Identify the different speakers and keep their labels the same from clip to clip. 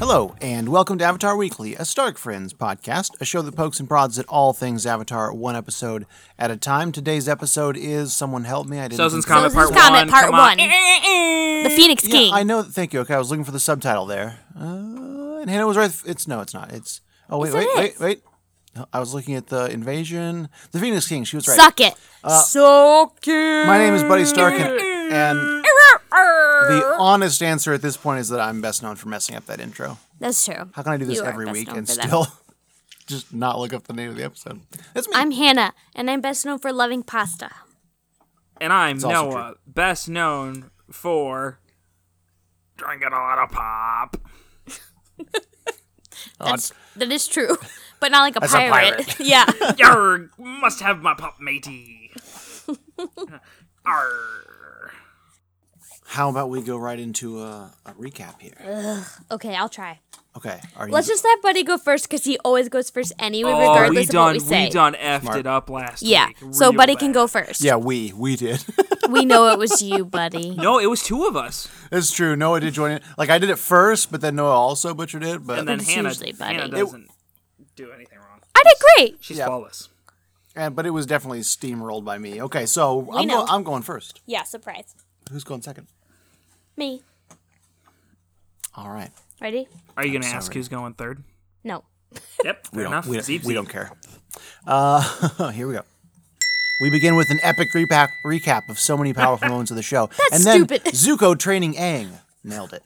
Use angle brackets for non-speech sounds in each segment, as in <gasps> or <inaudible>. Speaker 1: Hello, and welcome to Avatar Weekly, a Stark Friends podcast, a show that pokes and prods at all things Avatar, one episode at a time. Today's episode is Someone Help Me. I didn't.
Speaker 2: Sozin's
Speaker 1: think-
Speaker 2: comment
Speaker 3: Sozin's
Speaker 2: part
Speaker 3: comment,
Speaker 2: one.
Speaker 3: part
Speaker 2: Come on.
Speaker 3: one. The Phoenix
Speaker 1: Yeah,
Speaker 3: King.
Speaker 1: I know. Thank you. Okay, I was looking for the subtitle there. Uh, and Hannah was right. It's no, it's not. It's. Oh, wait,
Speaker 3: Yes, it
Speaker 1: wait, wait,
Speaker 3: is.
Speaker 1: wait. No, I was looking at the invasion. The Phoenix King. She was right. Uh,
Speaker 3: Suck it.
Speaker 2: so cute.
Speaker 1: My name is Buddy Stark, and, and the honest answer at this point is that I'm best known for messing up that intro.
Speaker 3: That's true.
Speaker 1: How can I do this
Speaker 3: You are
Speaker 1: every
Speaker 3: best
Speaker 1: week
Speaker 3: known
Speaker 1: and
Speaker 3: for that.
Speaker 1: still <laughs> just not look up the name of the episode? That's me.
Speaker 3: I'm Hannah, and I'm best known for loving pasta.
Speaker 2: And I'm
Speaker 1: also
Speaker 2: Noah, best known for drinking a lot of pop.
Speaker 3: That's, that is true, <laughs> but not like a
Speaker 1: Oh, That's a
Speaker 3: pirate.
Speaker 1: pirate. <laughs>
Speaker 3: <laughs> yeah.
Speaker 2: Yarr, must have my pop
Speaker 3: <laughs>
Speaker 2: matey. Arr.
Speaker 1: How about we go right into a, a recap here?
Speaker 3: Okay, I'll try.
Speaker 1: Okay. Are you,
Speaker 3: Uh, Let's just let Buddy go first because he always goes first anyway,
Speaker 2: Oh, we
Speaker 3: regardless of
Speaker 2: done,
Speaker 3: what we say.
Speaker 2: done effed it up last
Speaker 3: yeah.
Speaker 2: week.
Speaker 3: So
Speaker 2: real
Speaker 3: Buddy can
Speaker 2: bad.
Speaker 3: go first.
Speaker 1: yeah, we we did. <laughs>
Speaker 3: We know it was you, Buddy.
Speaker 2: No, it was two of
Speaker 3: <laughs>
Speaker 2: us.
Speaker 1: It's true. Noah did join it. Like I did it first, but then Noah also butchered it. But
Speaker 2: And then
Speaker 3: It's
Speaker 2: Hannah,
Speaker 3: usually Buddy.
Speaker 2: Hannah
Speaker 1: It-
Speaker 2: doesn't do anything wrong.
Speaker 3: I did great.
Speaker 2: She's
Speaker 1: Yeah.
Speaker 2: flawless.
Speaker 1: and- but it was definitely steamrolled by me. Okay, so I'm
Speaker 3: know.
Speaker 1: going, I'm going first.
Speaker 3: Yeah, surprise.
Speaker 1: Who's going second?
Speaker 3: Me.
Speaker 1: All right.
Speaker 3: Ready?
Speaker 2: Are you going to ask who's going third?
Speaker 3: No.
Speaker 2: Yep, fair
Speaker 1: We don't,
Speaker 2: enough.
Speaker 1: we, don't,
Speaker 2: Zeep,
Speaker 1: we
Speaker 2: zeep.
Speaker 1: don't care. Uh, <laughs> here we go. We begin with an epic repa- recap of so many
Speaker 3: <laughs>
Speaker 1: powerful moments of the show. and then
Speaker 3: stupid.
Speaker 1: Zuko training Aang. Nailed it.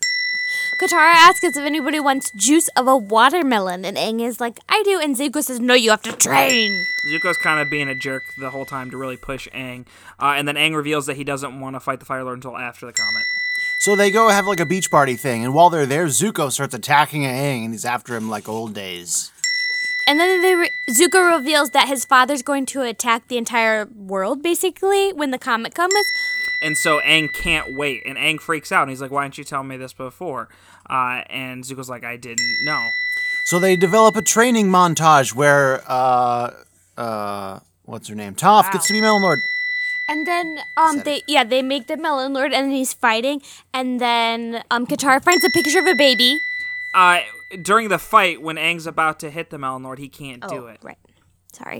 Speaker 3: Katara asks us if anybody wants juice of a watermelon, and Aang is like, I do. And Zuko says, No, you have to train.
Speaker 2: Zuko's kind of being a jerk the whole time to really push Aang, uh, and then Aang reveals that he doesn't want to fight the Fire Lord until after the comet.
Speaker 1: So they go have like a beach party thing, and while they're there, Zuko starts attacking Aang, and he's after him like old days.
Speaker 3: And then they re- Zuko reveals that his father's going to attack the entire world, basically, when the comet comes.
Speaker 2: And so Aang can't wait, and Aang freaks out, and he's like, "Why didn't you tell me this before?" Uh, and Zuko's like, "I didn't know."
Speaker 1: So they develop a training montage where, uh, uh, what's her name? Toph gets to be Melon Lord.
Speaker 3: And then um, they yeah they make the Melon Lord, and then he's fighting. And then um, Katara finds a picture of a baby.
Speaker 2: Uh, during the fight, when Aang's about to hit the Malnord, he can't do it.
Speaker 3: Oh, Right. Sorry.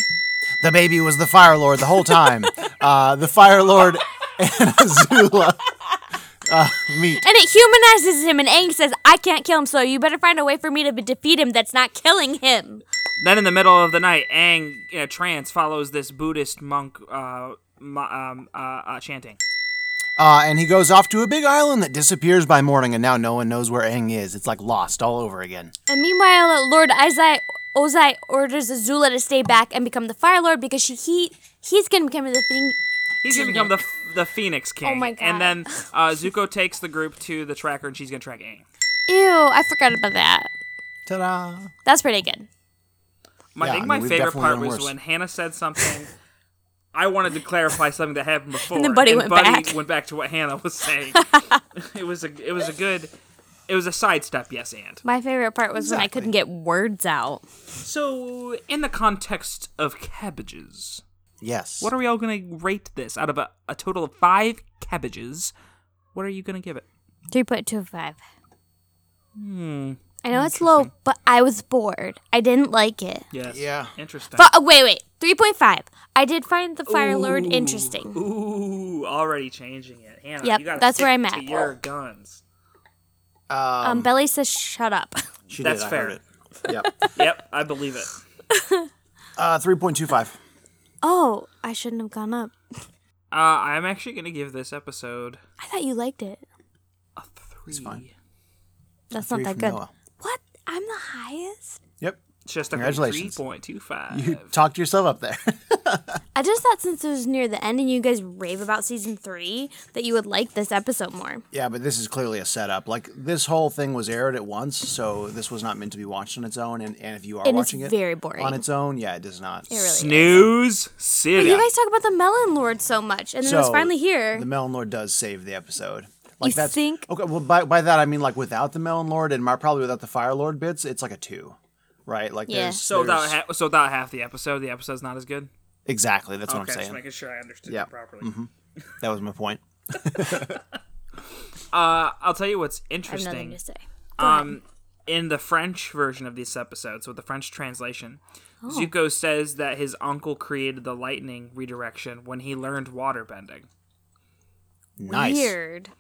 Speaker 1: The baby was the Fire Lord the whole time. uh, the Fire Lord and <laughs> Azula uh, meet.
Speaker 3: And it humanizes him, and Aang says, "I can't kill him, so you better find a way for me to be- defeat him that's not killing him."
Speaker 2: Then, in the middle of the night, Aang in a trance follows this Buddhist monk uh, mu- um, uh, uh, chanting.
Speaker 1: Uh, and he goes off to a big island that disappears by morning, and now no one knows where Aang is. It's like lost all over again.
Speaker 3: And meanwhile, Lord Izai Ozai orders Azula to stay back and become the Fire Lord because she he he's gonna become the thing.
Speaker 2: He's gonna become the the Phoenix King.
Speaker 3: Oh my
Speaker 2: And
Speaker 3: God.
Speaker 2: then
Speaker 3: <laughs>
Speaker 2: uh, Zuko takes the group to the tracker, and she's gonna track Aang.
Speaker 3: Ew, I forgot about that.
Speaker 1: Ta da!
Speaker 3: That's pretty good.
Speaker 2: My,
Speaker 1: Yeah,
Speaker 2: I think
Speaker 1: I
Speaker 2: my
Speaker 1: mean, we've
Speaker 2: favorite
Speaker 1: definitely
Speaker 2: part
Speaker 1: done
Speaker 2: was
Speaker 1: worse.
Speaker 2: when Hannah said something. I wanted to clarify something that happened before,
Speaker 3: then Buddy went
Speaker 2: Buddy
Speaker 3: back.
Speaker 2: went back to what Hannah was
Speaker 3: <laughs>
Speaker 2: saying. it was a it was a good, it was a sidestep. Yes, and
Speaker 3: My favorite part was when I couldn't get words out.
Speaker 2: so in the context of cabbages,
Speaker 1: Yes.
Speaker 2: what are we all gonna rate this out of a, a total of five cabbages? What are you gonna give it?
Speaker 3: Three point two five. Hmm. I know it's low, but I was bored. I didn't like it.
Speaker 2: Yes.
Speaker 1: Yeah.
Speaker 2: Interesting.
Speaker 3: But uh, wait, wait, three point five. I did find the Fire Lord interesting.
Speaker 2: Ooh, already changing it, Hannah.
Speaker 3: Yep,
Speaker 2: you gotta
Speaker 3: that's where
Speaker 2: stick
Speaker 3: I'm
Speaker 2: To
Speaker 3: at.
Speaker 2: your guns.
Speaker 1: Um,
Speaker 3: Um, Belly says, "Shut up." <laughs>
Speaker 1: she
Speaker 2: that's
Speaker 1: I
Speaker 2: fair.
Speaker 1: heard it. Yep.
Speaker 2: Yep, I believe it.
Speaker 1: Uh, 3.25.
Speaker 3: oh, I shouldn't have gone up.
Speaker 2: Uh, I'm actually gonna give this episode
Speaker 3: I thought you liked it.
Speaker 2: a three. It's
Speaker 1: fine.
Speaker 3: That's
Speaker 1: Three
Speaker 3: not that
Speaker 1: from
Speaker 3: good.
Speaker 1: Noah.
Speaker 3: What? I'm the highest?
Speaker 1: Yep.
Speaker 2: Just a
Speaker 1: Congratulations.
Speaker 2: three point two
Speaker 1: You
Speaker 2: five.
Speaker 1: talked yourself up there. <laughs>
Speaker 3: I just thought since it was near the end and you guys rave about season three, that you would like this episode more.
Speaker 1: Yeah, but this is clearly a setup. Like this whole thing was aired at once, so this was not meant to be watched on its own. And, and if you are
Speaker 3: And it's
Speaker 1: watching it
Speaker 3: very boring.
Speaker 1: on its own, yeah, it does not.
Speaker 3: It really is.
Speaker 2: Snooze City.
Speaker 3: But you guys talk about the Melon Lord so much, and then it's finally here.
Speaker 1: The Melon Lord does save the episode. Like
Speaker 3: You
Speaker 1: that's
Speaker 3: think?
Speaker 1: okay. Well, by, by that I mean like without the Melon Lord and my, probably without the Fire Lord bits, it's like a two, right? Like
Speaker 3: Yeah.
Speaker 1: there's
Speaker 2: so without
Speaker 1: there's-
Speaker 2: ha- so without half the episode, the episode's not as good.
Speaker 1: exactly. That's what I'm saying.
Speaker 2: sure I understood
Speaker 1: Yeah. Mm-hmm.
Speaker 2: properly.
Speaker 1: That was my point.
Speaker 2: Uh, I'll tell you what's
Speaker 3: I have nothing
Speaker 2: interesting.
Speaker 3: to say.
Speaker 2: Um, in the French version of this episode, so the French translation,
Speaker 3: Oh.
Speaker 2: Zuko says that his uncle created the lightning redirection when he learned water bending,
Speaker 1: Nice.
Speaker 3: Weird.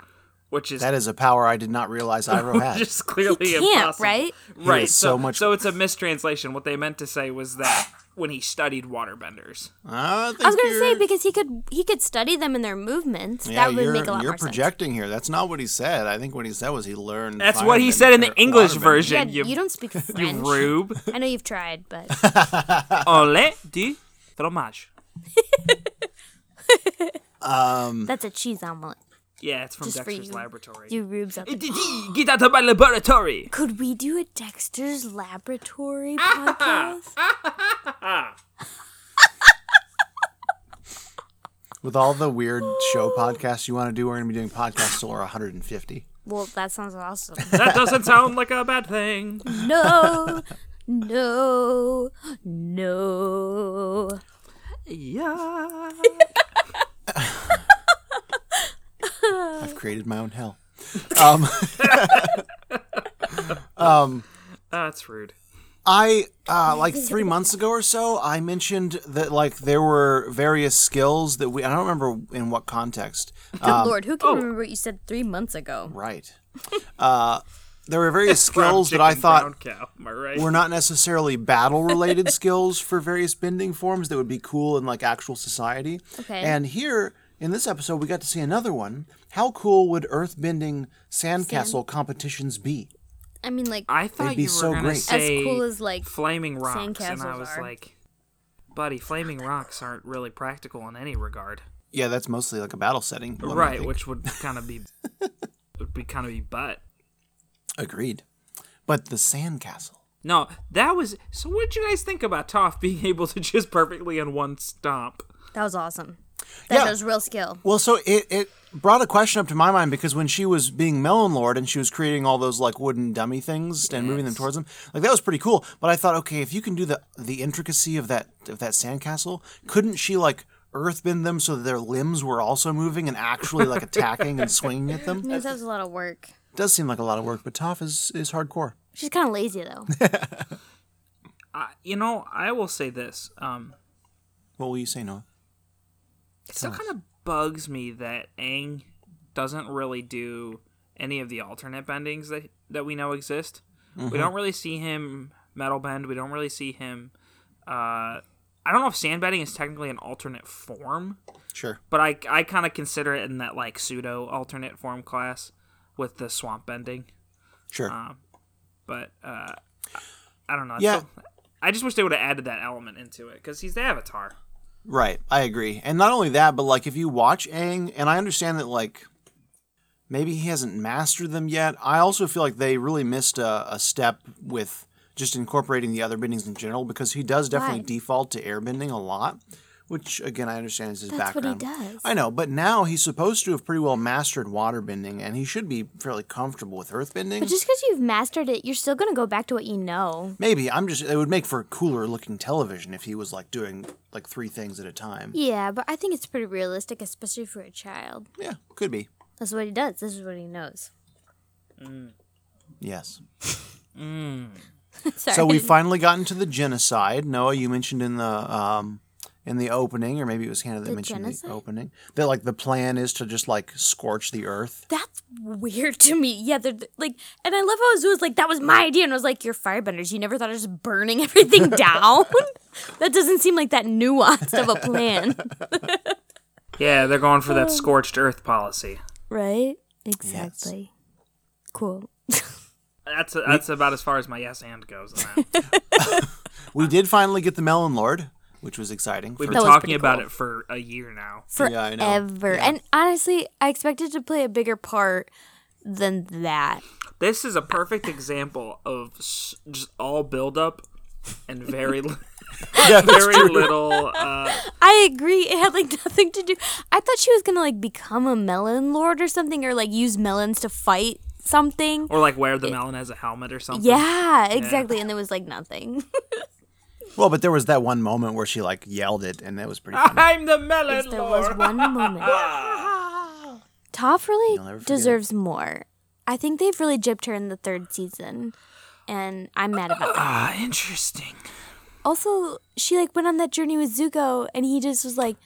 Speaker 2: which is <laughs>
Speaker 1: That is a power I did not realize Iroh <laughs> had.
Speaker 2: just clearly
Speaker 3: He can't,
Speaker 2: impossible.
Speaker 3: right?
Speaker 2: Right.
Speaker 1: is
Speaker 2: So,
Speaker 1: so much-
Speaker 2: so it's a mistranslation. What they meant to say was that when he studied waterbenders.
Speaker 1: I,
Speaker 3: I was gonna say because he could he could study them and their movements. that would
Speaker 1: you're,
Speaker 3: make a lot
Speaker 1: you're
Speaker 3: more sense.
Speaker 1: projecting here. That's not what he said. I think what he said was he learned.
Speaker 2: That's what he
Speaker 1: firebending
Speaker 2: said in the
Speaker 1: or
Speaker 2: English
Speaker 1: waterbending.
Speaker 2: version.
Speaker 3: Yeah,
Speaker 2: you,
Speaker 3: you, don't
Speaker 2: <laughs>
Speaker 3: speak
Speaker 2: you <laughs>
Speaker 3: French.
Speaker 2: rube.
Speaker 3: I know you've tried,
Speaker 1: <laughs>
Speaker 3: but
Speaker 2: On lait du fromage.
Speaker 1: Hmm.
Speaker 3: that's a cheese omelet.
Speaker 2: Yeah, it's from
Speaker 3: Just for
Speaker 2: Dexter's
Speaker 3: you.
Speaker 2: laboratory.
Speaker 3: You rubes up.
Speaker 2: <gasps> Get out of my laboratory.
Speaker 3: Could we do a Dexter's Laboratory
Speaker 2: Ah!
Speaker 3: podcast?
Speaker 1: With all the weird show podcasts you want to do, we're going to be doing podcasts till we're 150.
Speaker 3: well, that sounds awesome.
Speaker 2: <laughs> That doesn't sound like a bad thing.
Speaker 3: No, no, no.
Speaker 2: Yeah.
Speaker 1: I've created my own hell. Um,
Speaker 2: <laughs>
Speaker 1: <laughs>
Speaker 2: That's rude.
Speaker 1: I uh, like three months ago or so, I mentioned that like there were various skills that we I don't remember in what context.
Speaker 3: Good lord, who can remember what you said three months ago?
Speaker 1: Right. Uh, there were various
Speaker 2: <laughs> Brown
Speaker 1: skills that I
Speaker 2: chicken,
Speaker 1: thought
Speaker 2: brown cow. Am I right?
Speaker 1: were not necessarily battle
Speaker 2: <laughs>
Speaker 1: related skills for various bending forms that would be cool in like actual society.
Speaker 3: Okay.
Speaker 1: And here in this episode, we got to see another one. How cool would earth bending sandcastle competitions be?
Speaker 3: I mean, like,
Speaker 2: I thought
Speaker 1: be
Speaker 2: you were
Speaker 1: so
Speaker 2: gonna
Speaker 1: great. As
Speaker 2: say
Speaker 3: cool as, like,
Speaker 2: flaming rocks, and I
Speaker 3: sandcastles
Speaker 2: was
Speaker 3: are.
Speaker 2: like, buddy, flaming rocks aren't really practical in any regard,
Speaker 1: Yeah, that's mostly like a battle setting. what I
Speaker 2: right?
Speaker 1: think.
Speaker 2: Which would kind of be <laughs> would be kind of be butt.
Speaker 1: Agreed. But the sandcastle.
Speaker 2: No, that was so. What did you guys think about Toph <laughs> being able to just perfectly in one stomp?
Speaker 3: that was awesome. That
Speaker 1: Yeah.
Speaker 3: was real skill.
Speaker 1: Well, so it, it brought a question up to my mind because when she was being Melon Lord and she was creating all those like wooden dummy things and moving them towards them, like that was pretty cool. But I thought, okay, if you can do the the intricacy of that of that sandcastle, couldn't she like earthbend them so that their limbs were also moving and actually like attacking and swinging at
Speaker 3: <laughs>
Speaker 1: them?
Speaker 3: I mean, that was a lot of work.
Speaker 1: does seem like a lot of work, but Toph is is hardcore.
Speaker 3: She's kind of lazy though.
Speaker 2: I, you know, I will say this. Um,
Speaker 1: What will you say, Noah?
Speaker 2: it still kind of bugs me that Aang doesn't really do any of the alternate bendings that that we know exist. We don't really see him metal bend. We don't really see him. Uh, I don't know if sand bending is technically an alternate form,
Speaker 1: Sure.
Speaker 2: but I I kind of consider it in that like pseudo alternate form class with the swamp bending.
Speaker 1: Sure.
Speaker 2: But uh, I don't know.
Speaker 1: Yeah.
Speaker 2: So- I just wish they would have added that element into it because he's the Avatar.
Speaker 1: Right, I agree. And not only that, but like if you watch Aang, and I understand that like maybe he hasn't mastered them yet. I also feel like they really missed a, a step with just incorporating the other bendings in general because he does definitely
Speaker 3: Right.
Speaker 1: default to airbending a lot, which again I understand is his
Speaker 3: That's what he
Speaker 1: background.
Speaker 3: does.
Speaker 1: I know, but now he's supposed to have pretty well mastered waterbending and he should be fairly comfortable with earthbending.
Speaker 3: But just because you've mastered it, you're still gonna go back to what you know.
Speaker 1: maybe I'm just it would make for cooler looking television if he was like doing like three things at a time.
Speaker 3: Yeah, but I think it's pretty realistic, especially for a child.
Speaker 1: Yeah, could be.
Speaker 3: That's what he does. This is what he knows.
Speaker 1: Yes.
Speaker 3: Mm. <laughs> Sorry.
Speaker 1: So we finally got into the genocide. Noah, you mentioned in the um, in the opening, or maybe it was Hannah that
Speaker 3: The
Speaker 1: mentioned
Speaker 3: genocide?
Speaker 1: the opening that like the plan is to just like scorch the earth.
Speaker 3: That's weird to me. Yeah, they're like, and I love how Azu was like, "That was my idea," and I was like, "You're firebenders. You never thought of just
Speaker 1: <laughs>
Speaker 3: burning <laughs> everything down." <laughs> that doesn't seem like that nuanced
Speaker 1: <laughs>
Speaker 3: of a plan,
Speaker 2: Yeah, they're going for that
Speaker 3: Oh.
Speaker 2: scorched earth policy.
Speaker 3: right? Exactly. Cool.
Speaker 2: That's that's about as far as my yes and goes. On
Speaker 3: <laughs>
Speaker 2: that.
Speaker 1: We did finally get the Melon Lord, which was exciting.
Speaker 2: We've
Speaker 1: for-
Speaker 2: been
Speaker 3: was
Speaker 2: talking
Speaker 3: pretty
Speaker 2: about
Speaker 3: cool.
Speaker 2: it for a year now.
Speaker 3: Forever.
Speaker 1: Yeah, I know.
Speaker 3: And honestly, I expected to play a bigger part than that.
Speaker 2: This is a perfect example of s- just all buildup and
Speaker 3: <laughs>
Speaker 2: very li-
Speaker 1: <laughs>
Speaker 2: very little. Uh,
Speaker 3: I agree. It had like <laughs> nothing to do. I thought she was gonna like become a melon lord or something, or like use melons to fight something.
Speaker 2: or like wear the melon as a helmet or something.
Speaker 3: Yeah, exactly. And there was like nothing.
Speaker 1: well, but there was that one moment where she like yelled it, and that was pretty. funny.
Speaker 2: <laughs> I'm the melon
Speaker 3: there
Speaker 2: lord.
Speaker 3: was
Speaker 2: <laughs>
Speaker 3: one moment.
Speaker 1: never
Speaker 3: Toph really
Speaker 1: forget it.
Speaker 3: deserves more. I think they've really gypped her in the third season. and I'm mad about that.
Speaker 2: Ah, interesting.
Speaker 3: Also, she like went on that journey with Zuko, and he just was like,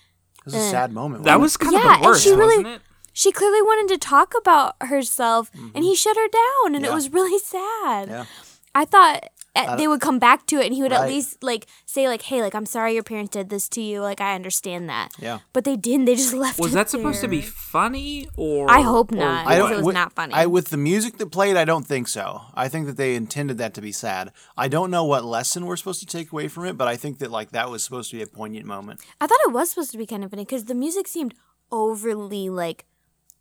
Speaker 1: It was
Speaker 3: Uh,
Speaker 1: a sad moment.
Speaker 2: That was kind
Speaker 3: Yeah,
Speaker 2: of
Speaker 3: and
Speaker 2: the worst,
Speaker 3: she really-
Speaker 2: wasn't it?
Speaker 3: she clearly wanted to talk about herself, and he shut her down, and it
Speaker 1: Mm-hmm. Yeah.
Speaker 3: was really sad.
Speaker 1: Yeah.
Speaker 3: I thought at, they would come back to it, and he would at
Speaker 1: Right.
Speaker 3: least like say like, "Hey, like I'm sorry your parents did this to you. Like I understand that."
Speaker 1: Yeah.
Speaker 3: But they didn't. They just <laughs> left.
Speaker 2: Was
Speaker 3: it
Speaker 2: that supposed to be
Speaker 3: there.
Speaker 2: funny or?
Speaker 3: I hope
Speaker 2: or
Speaker 3: not.
Speaker 2: what?
Speaker 3: I don't- it was
Speaker 1: with,
Speaker 3: not funny.
Speaker 1: I with the music that played, I don't think so. I think that they intended that to be sad. I don't know what lesson we're supposed to take away from it, but I think that like that was supposed to be a poignant moment.
Speaker 3: I thought it was supposed to be kind of funny because the music seemed overly like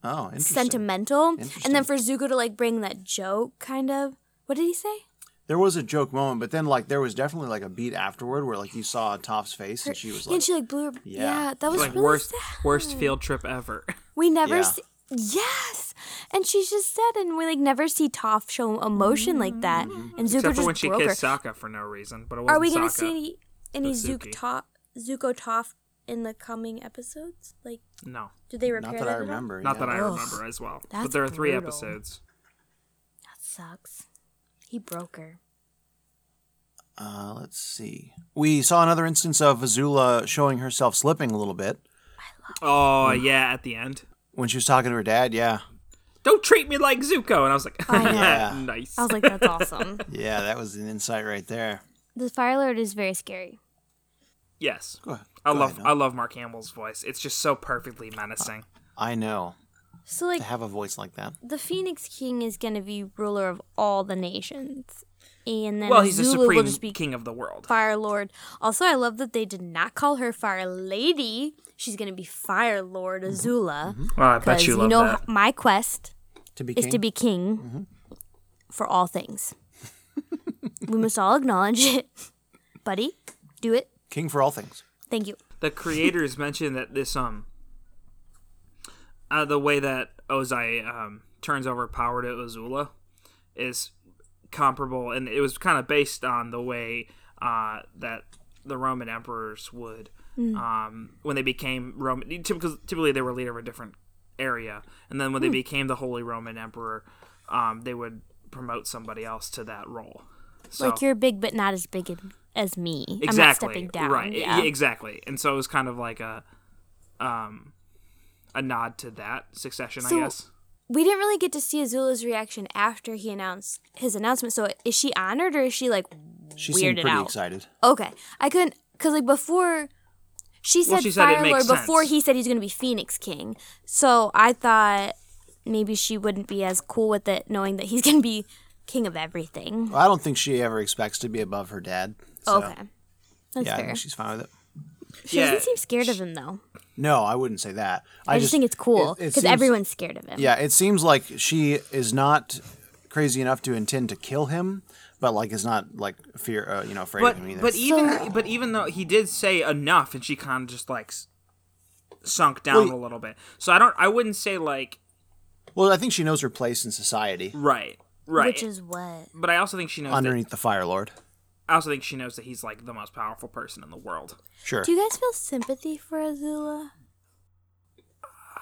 Speaker 1: Oh, interesting.
Speaker 3: sentimental, and
Speaker 1: Interesting.
Speaker 3: then for Zuko to like bring that joke, kind of. What did he say?
Speaker 1: There was a joke moment, but then like there was definitely like a beat afterward where like you saw Toph's face and she was
Speaker 3: and
Speaker 1: like,
Speaker 3: she like blew her. Yeah,
Speaker 1: Yeah.
Speaker 3: that was
Speaker 2: like
Speaker 3: really
Speaker 2: worst
Speaker 3: sad.
Speaker 2: worst field trip ever.
Speaker 3: We never
Speaker 1: Yeah.
Speaker 3: see. Yes, and she just said, and we like never see Toph show emotion like that,
Speaker 1: Mm-hmm.
Speaker 3: and
Speaker 2: <laughs>
Speaker 3: Zuko
Speaker 2: Except for
Speaker 3: just
Speaker 2: when she
Speaker 3: broke her.
Speaker 2: kissed Sokka for no reason, but it wasn't
Speaker 3: Are we gonna
Speaker 2: Sokka.
Speaker 3: see any, any Zuko
Speaker 2: Suki.
Speaker 3: Toph, Zuko Toph in the coming episodes? Like,
Speaker 2: No,
Speaker 3: do they repair
Speaker 1: "Not that I
Speaker 3: at all?
Speaker 1: remember."
Speaker 2: not
Speaker 1: yeah.
Speaker 2: that I
Speaker 3: Ugh.
Speaker 2: remember as well.
Speaker 3: That's
Speaker 2: but there are three
Speaker 3: brutal.
Speaker 2: episodes.
Speaker 3: That sucks. He broke her.
Speaker 1: Uh, let's see. We saw another instance of Azula showing herself slipping a little bit
Speaker 2: Oh
Speaker 3: Mm.
Speaker 2: yeah, at the end.
Speaker 1: when she was talking to her dad. Yeah,
Speaker 2: Don't treat me like Zuko, and I was like, <laughs>
Speaker 3: I know.
Speaker 1: Yeah.
Speaker 2: nice.
Speaker 3: I was like, that's awesome.
Speaker 1: yeah, that was an insight right there.
Speaker 3: The Fire Lord is very scary.
Speaker 2: yes,
Speaker 1: Go ahead.
Speaker 2: I
Speaker 1: Go
Speaker 2: love
Speaker 1: ahead,
Speaker 2: I
Speaker 1: Noah.
Speaker 2: love Mark Hamill's voice. It's just so perfectly menacing.
Speaker 1: I know
Speaker 3: So like
Speaker 1: to have a voice like that.
Speaker 3: the Phoenix King is gonna be ruler of all the nations, and then
Speaker 2: well, he's the
Speaker 3: Azula
Speaker 2: supreme
Speaker 3: will just be
Speaker 2: king of the world.
Speaker 3: Fire Lord. Also, I love that they did not call her Fire Lady. She's gonna be Fire Lord Azula.
Speaker 2: Well, Mm-hmm. I
Speaker 3: Because
Speaker 2: bet you love
Speaker 3: know
Speaker 2: that.
Speaker 3: h- my quest
Speaker 1: To be
Speaker 3: is
Speaker 1: king?
Speaker 3: to be king
Speaker 2: Mm-hmm.
Speaker 3: for all
Speaker 2: <laughs>
Speaker 3: things. we must all acknowledge it, buddy. Do it.
Speaker 1: king for all things.
Speaker 3: Thank you.
Speaker 2: The creators mentioned that this um, uh, the way that Ozai um turns over power to Azula is comparable, and it was kind of based on the way uh that the Roman emperors would um when they became Roman. Typically, typically they were leader of a different area, and then when they became the Holy Roman Emperor, um they would promote somebody else to that role. So,
Speaker 3: Like you're big, but not as big in- as me.
Speaker 2: exactly
Speaker 3: I'm not stepping down.
Speaker 2: right e-
Speaker 3: Yeah.
Speaker 2: exactly and so it was kind of like a um a nod to that succession
Speaker 3: So-
Speaker 2: i guess
Speaker 3: We didn't really get to see Azula's reaction after he announced his announcement. So is she honored or is she like
Speaker 1: She
Speaker 3: weirded
Speaker 1: seemed pretty
Speaker 3: out?
Speaker 1: excited.
Speaker 3: Okay, I couldn't because like before, she said
Speaker 2: Well, she said it
Speaker 3: Fire Lord
Speaker 2: makes
Speaker 3: before
Speaker 2: sense.
Speaker 3: he said he's going to be Phoenix King. So I thought maybe she wouldn't be as cool with it, knowing that he's going to be king of everything.
Speaker 1: Well, I don't think she ever expects to be above her dad. So,
Speaker 3: okay, that's
Speaker 1: yeah, I
Speaker 3: fair.
Speaker 1: think she's fine with it.
Speaker 3: she
Speaker 2: Yeah.
Speaker 3: doesn't seem scared of him though.
Speaker 1: No, I wouldn't say that.
Speaker 3: I, just, think it's cool
Speaker 1: it- it
Speaker 3: because
Speaker 1: seems-
Speaker 3: everyone's scared of him.
Speaker 1: Yeah, it seems like she is not crazy enough to intend to kill him, but like is not like fear, uh, you know, afraid
Speaker 2: but
Speaker 1: of him either.
Speaker 2: but e even but even though he did say enough and she kind of just like s- sunk down a little bit so i don't i wouldn't say like
Speaker 1: well, I think she knows her place in society
Speaker 2: right right
Speaker 3: which is what
Speaker 2: but i also think she knows that,
Speaker 1: underneath the Fire Lord.
Speaker 2: i also think she knows that he's like the most powerful person in the world
Speaker 1: Sure.
Speaker 3: do you guys feel sympathy for Azula?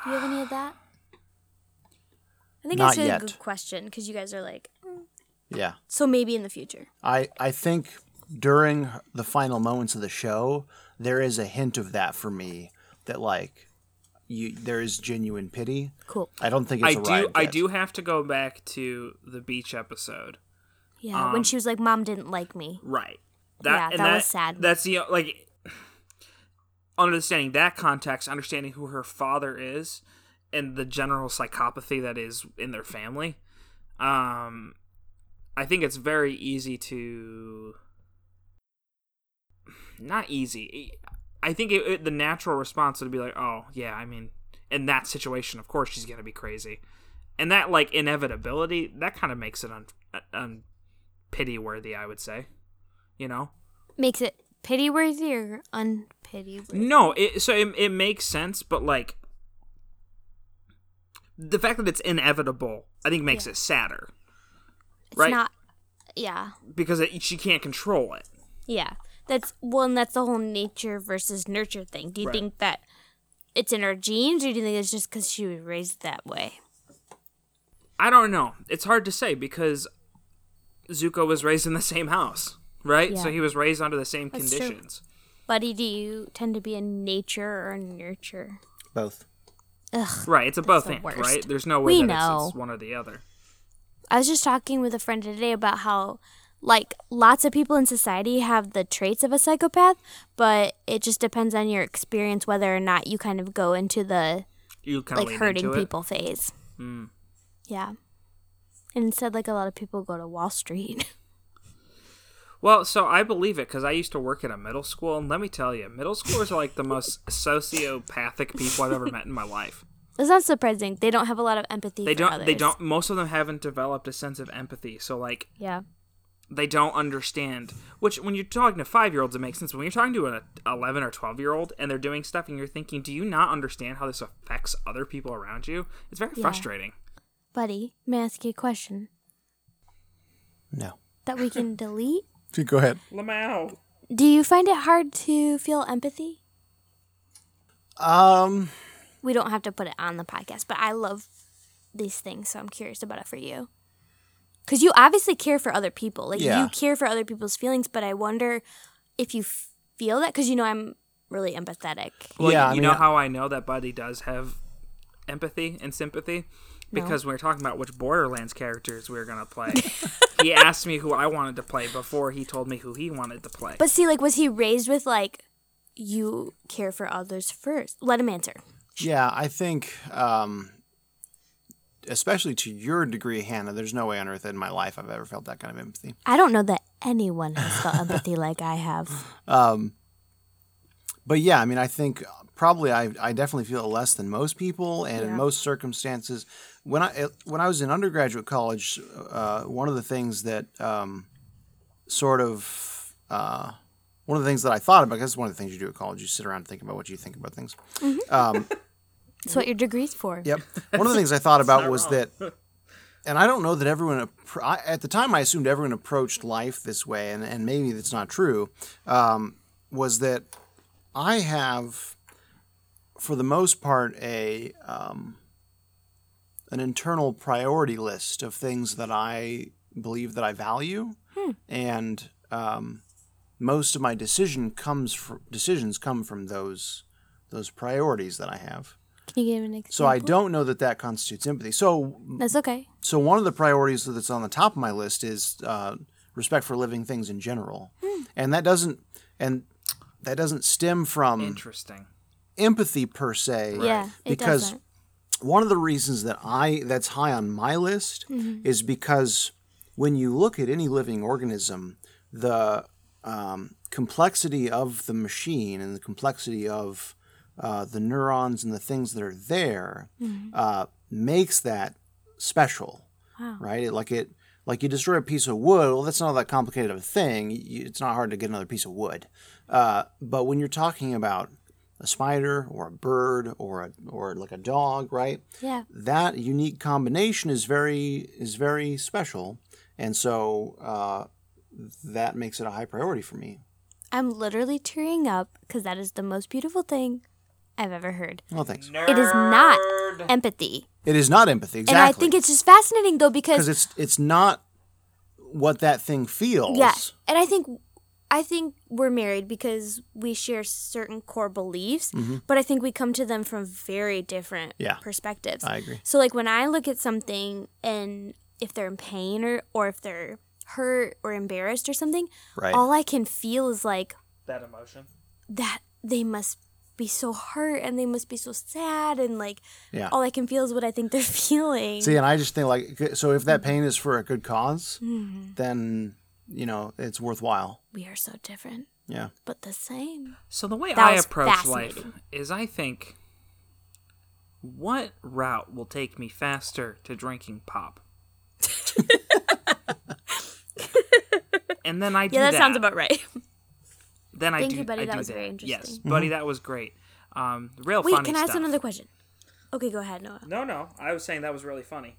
Speaker 3: Do you have any of that? I think
Speaker 1: Not
Speaker 3: that's a really
Speaker 1: yet.
Speaker 3: good question because you guys are like,
Speaker 1: yeah.
Speaker 3: so maybe in the future.
Speaker 1: I I think during the final moments of the show, there is a hint of that for me that like you there is genuine pity.
Speaker 3: Cool.
Speaker 1: I don't think
Speaker 2: i
Speaker 1: it's
Speaker 2: do
Speaker 1: arrived
Speaker 2: i
Speaker 1: yet.
Speaker 2: do have to go back to the beach episode
Speaker 1: Um,
Speaker 3: Yeah, when she was like, "Mom didn't like me."
Speaker 2: Right.
Speaker 3: Yeah,
Speaker 2: That, and
Speaker 3: that was sad.
Speaker 2: That's the like understanding that context, understanding who her father is, and the general psychopathy that is in their family. Um, I think it's very easy to not easy. I think it, it- the natural response would be like, "Oh yeah, I mean, in that situation, of course she's gonna be crazy," and that like inevitability that kind of makes it un, un pity worthy. I would say, you know.
Speaker 3: Makes it pity worthy or unpity worthy.
Speaker 2: No, it, so it, it makes sense, but like the fact that it's inevitable, I think makes it sadder
Speaker 3: It's
Speaker 2: right.
Speaker 3: not. Yeah,
Speaker 2: because it, she can't control it.
Speaker 3: yeah. That's well, and that's the whole nature versus nurture thing. Do you
Speaker 2: Right.
Speaker 3: think that it's in her genes, or do you think it's just because she was raised that way?
Speaker 2: I don't know. It's hard to say because Zuko was raised in the same house, right? So
Speaker 3: Yeah.
Speaker 2: he was raised under the same
Speaker 3: That's true.
Speaker 2: conditions.
Speaker 3: Buddy, do you tend to be a nature or a nurture?
Speaker 1: Both.
Speaker 3: Ugh.
Speaker 2: Right, it's a both
Speaker 3: the
Speaker 2: and,
Speaker 3: worst.
Speaker 2: right? There's no
Speaker 3: We
Speaker 2: way that it's,
Speaker 3: know.
Speaker 2: it's one or the other.
Speaker 3: I was just talking with a friend today about how, like, lots of people in society have the traits of a psychopath, but it just depends on your experience whether or not you kind of go into the
Speaker 2: You kind of
Speaker 3: like
Speaker 2: lean
Speaker 3: hurting
Speaker 2: into
Speaker 3: people phase.
Speaker 2: it. Mm.
Speaker 3: Yeah. And instead, like, a lot of people go to Wall Street. <laughs>
Speaker 2: Well, so I believe it because I used to work at a middle school, and let me tell you, middle schoolers are like the most sociopathic people I've ever met in my life.
Speaker 3: It's not surprising. They don't have a lot of empathy.
Speaker 2: They
Speaker 3: for
Speaker 2: don't. They
Speaker 3: others.
Speaker 2: don't. Most of them haven't developed a sense of empathy, so like
Speaker 3: Yeah.
Speaker 2: they don't understand. Which, when you're talking to five year olds, it makes sense. When you're talking to an eleven or twelve year old, and they're doing stuff, and you're thinking, "Do you not understand how this affects other people around you?" It's very
Speaker 3: Yeah.
Speaker 2: frustrating.
Speaker 3: Buddy, may I ask you a question
Speaker 1: No.
Speaker 3: that we can <laughs> delete?
Speaker 1: Go ahead.
Speaker 2: Lamau.
Speaker 3: Do you find it hard to feel empathy?
Speaker 1: Um,
Speaker 3: We don't have to put it on the podcast, but I love these things, so I'm curious about it for you. Because you obviously care for other people. Like,
Speaker 1: Yeah.
Speaker 3: you care for other people's feelings, but I wonder if you f- feel that, because you know I'm really empathetic.
Speaker 2: Well,
Speaker 1: Yeah,
Speaker 2: you,
Speaker 1: I
Speaker 2: you
Speaker 1: mean,
Speaker 2: know
Speaker 1: I-
Speaker 2: how I know that Buddy does have empathy and sympathy because we were talking about which Borderlands characters we were gonna <laughs> play. he asked me who I wanted to play before he told me who he wanted to play.
Speaker 3: But see, like, was he raised with, like, you care for others first? Let him answer.
Speaker 1: yeah, I think, um, especially to your degree, Hannah, there's no way on earth in my life I've ever felt that kind of empathy.
Speaker 3: I don't know that anyone
Speaker 1: <laughs>
Speaker 3: has felt empathy like I have.
Speaker 1: But yeah, I mean, I think uh, probably I, I definitely feel it less than most people, and in
Speaker 3: Yeah.
Speaker 1: most circumstances, when I when I was in undergraduate college, uh, one of the things that um, sort of uh, one of the things that I thought about because one of the things you do at college, you sit around and think about what you think about things.
Speaker 3: That's what your degree's for.
Speaker 1: Yep. One of the things I thought about was that, and I don't know that everyone appro- I, at the time I assumed everyone approached life this way, and, and maybe that's not true. Um, was that I have, for the most part, a um, an internal priority list of things that I believe that I value, and um, most of my decision comes fr- decisions come from those those priorities that I have.
Speaker 3: Can you give an example?
Speaker 1: So I don't know that that constitutes empathy. So
Speaker 3: That's okay.
Speaker 1: so one of the priorities that's on the top of my list is uh, respect for living things in general,
Speaker 3: Hmm.
Speaker 1: and that doesn't and that doesn't stem from
Speaker 2: Interesting.
Speaker 1: empathy per se.
Speaker 3: Yeah, it
Speaker 1: because
Speaker 3: doesn't.
Speaker 1: one of the reasons that I that's high on my list is because when you look at any living organism, the um, complexity of the machine and the complexity of uh, the neurons and the things that are there uh, makes that special, right? It, like it, like you destroy a piece of wood. Well, that's not that complicated of a thing. You, it's not hard to get another piece of wood. Uh, but when you're talking about a spider or a bird or a, or like a dog, right?
Speaker 3: Yeah.
Speaker 1: That unique combination is very is very special, and so uh, that makes it a high priority for me.
Speaker 3: I'm literally tearing up because that is the most beautiful thing I've ever heard.
Speaker 1: Well, thanks.
Speaker 3: It is not empathy.
Speaker 1: It is not empathy, exactly.
Speaker 3: And I think it's just fascinating though
Speaker 1: because
Speaker 3: because
Speaker 1: it's it's not what that thing feels.
Speaker 3: yeah. And I think I think we're married because we share certain core beliefs, but I think we come to them from very different
Speaker 1: Mm-hmm. Yeah.
Speaker 3: perspectives.
Speaker 1: I agree.
Speaker 3: So like when I look at something and if they're in pain or or if they're hurt or embarrassed or something,
Speaker 1: Right.
Speaker 3: all I can feel is like
Speaker 2: That emotion.
Speaker 3: that they must be so hurt and they must be so sad and like
Speaker 1: Yeah.
Speaker 3: all I can feel is what I think they're <laughs> feeling.
Speaker 1: See, and I just think like so if that pain is for a good because,
Speaker 3: Mm-hmm.
Speaker 1: then you know it's worthwhile.
Speaker 3: we are so different,
Speaker 1: Yeah. <laughs>
Speaker 3: but the same.
Speaker 2: So the way
Speaker 3: That
Speaker 2: I
Speaker 3: was
Speaker 2: approach life
Speaker 3: fascinating.
Speaker 2: is I think what route will take me faster to drinking
Speaker 3: <laughs>
Speaker 2: pop? and then I do
Speaker 3: Yeah, that, sounds about
Speaker 2: <laughs>
Speaker 3: right.
Speaker 2: then I
Speaker 3: Thank
Speaker 2: do
Speaker 3: you, buddy.
Speaker 2: I
Speaker 3: That
Speaker 2: do
Speaker 3: was very
Speaker 2: Yes,
Speaker 1: Mm-hmm.
Speaker 3: interesting.
Speaker 2: buddy, that was great. Um real
Speaker 3: Wait,
Speaker 2: funny
Speaker 3: can I
Speaker 2: stuff.
Speaker 3: ask another question? Okay, go ahead, Noah.
Speaker 2: No, no. I was saying that was really funny.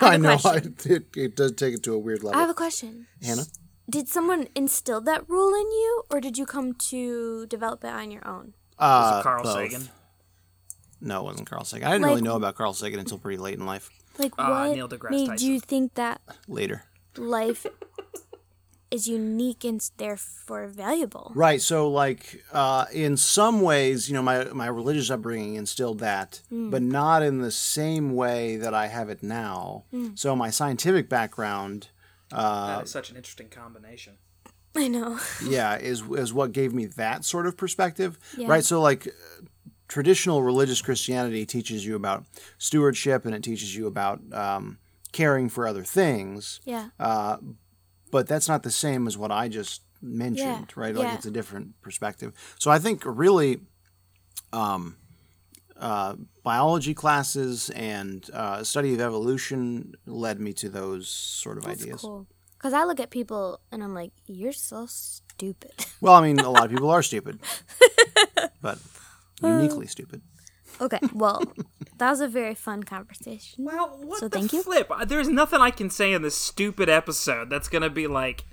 Speaker 1: I know I,
Speaker 3: question.
Speaker 1: <laughs> it, it does take it to a weird level.
Speaker 3: I have a question.
Speaker 1: Hannah.
Speaker 3: Did someone instill that rule in you, or did you come to develop it on your own?
Speaker 2: This is
Speaker 1: Uh,
Speaker 2: Carl
Speaker 1: both.
Speaker 2: Sagan.
Speaker 1: No, it wasn't Carl Sagan. I didn't
Speaker 3: Like-
Speaker 1: really know about Carl Sagan until pretty late in life.
Speaker 3: Like,
Speaker 2: Uh,
Speaker 3: what
Speaker 2: Neil deGrasse
Speaker 3: made
Speaker 2: Tyson.
Speaker 3: you think that?
Speaker 1: Later.
Speaker 3: life is unique and s- therefore valuable.
Speaker 1: Right. So, like, uh, in some ways, you know, my, my religious upbringing instilled that, but not in the same way that I have it now. So, my scientific background, uh,
Speaker 2: That is such an interesting combination.
Speaker 3: I know. <laughs>
Speaker 1: yeah, is is what gave me that sort of perspective.
Speaker 3: Yeah.
Speaker 1: Right. So, like, traditional religious Christianity teaches you about stewardship and it teaches you about um, caring for other things.
Speaker 3: Yeah.
Speaker 1: but that's not the same as what I just mentioned,
Speaker 3: Yeah,
Speaker 1: right? Like
Speaker 3: yeah.
Speaker 1: it's a different perspective. So I think really, um, uh, biology classes and uh, study of evolution led me to those sort of ideas.
Speaker 3: Cool. Because I look at people and I'm like, you're so stupid. <laughs>
Speaker 1: Well, I mean, a lot of people are stupid, but
Speaker 3: Uh,
Speaker 1: uniquely stupid. <laughs>
Speaker 3: okay. Well, that was a very fun conversation.
Speaker 2: Well, what
Speaker 3: So
Speaker 2: the
Speaker 3: thank you.
Speaker 2: flip? Uh, There's nothing I can say in this stupid episode that's gonna be like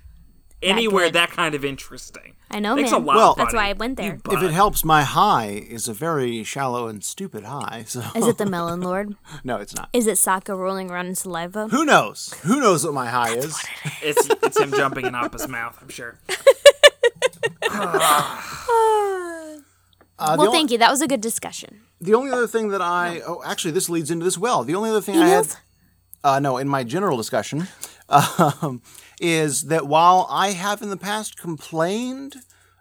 Speaker 2: anywhere
Speaker 3: good.
Speaker 2: that, kind of interesting.
Speaker 3: I know,
Speaker 2: Thanks
Speaker 3: man.
Speaker 2: a lot.
Speaker 1: Well-
Speaker 3: That's why
Speaker 2: buddy.
Speaker 3: I went there.
Speaker 2: You
Speaker 1: If it
Speaker 2: bug.
Speaker 1: helps, my high is a very shallow and stupid high.
Speaker 3: <laughs>
Speaker 1: So <laughs>
Speaker 3: Is it the Melon Lord?
Speaker 1: no, it's not.
Speaker 3: Is it Sokka rolling around in saliva?
Speaker 1: Who knows? Who knows what my high is?
Speaker 2: it's it's him jumping in Appa's mouth. I'm sure.
Speaker 1: Uh, the
Speaker 3: well,
Speaker 1: only-
Speaker 3: thank you. That was a good discussion.
Speaker 1: The only other thing that I oh actually this leads into this well. The only other thing I had
Speaker 3: Emails?
Speaker 1: uh, no in my general discussion <laughs> um, is that while I have in the past complained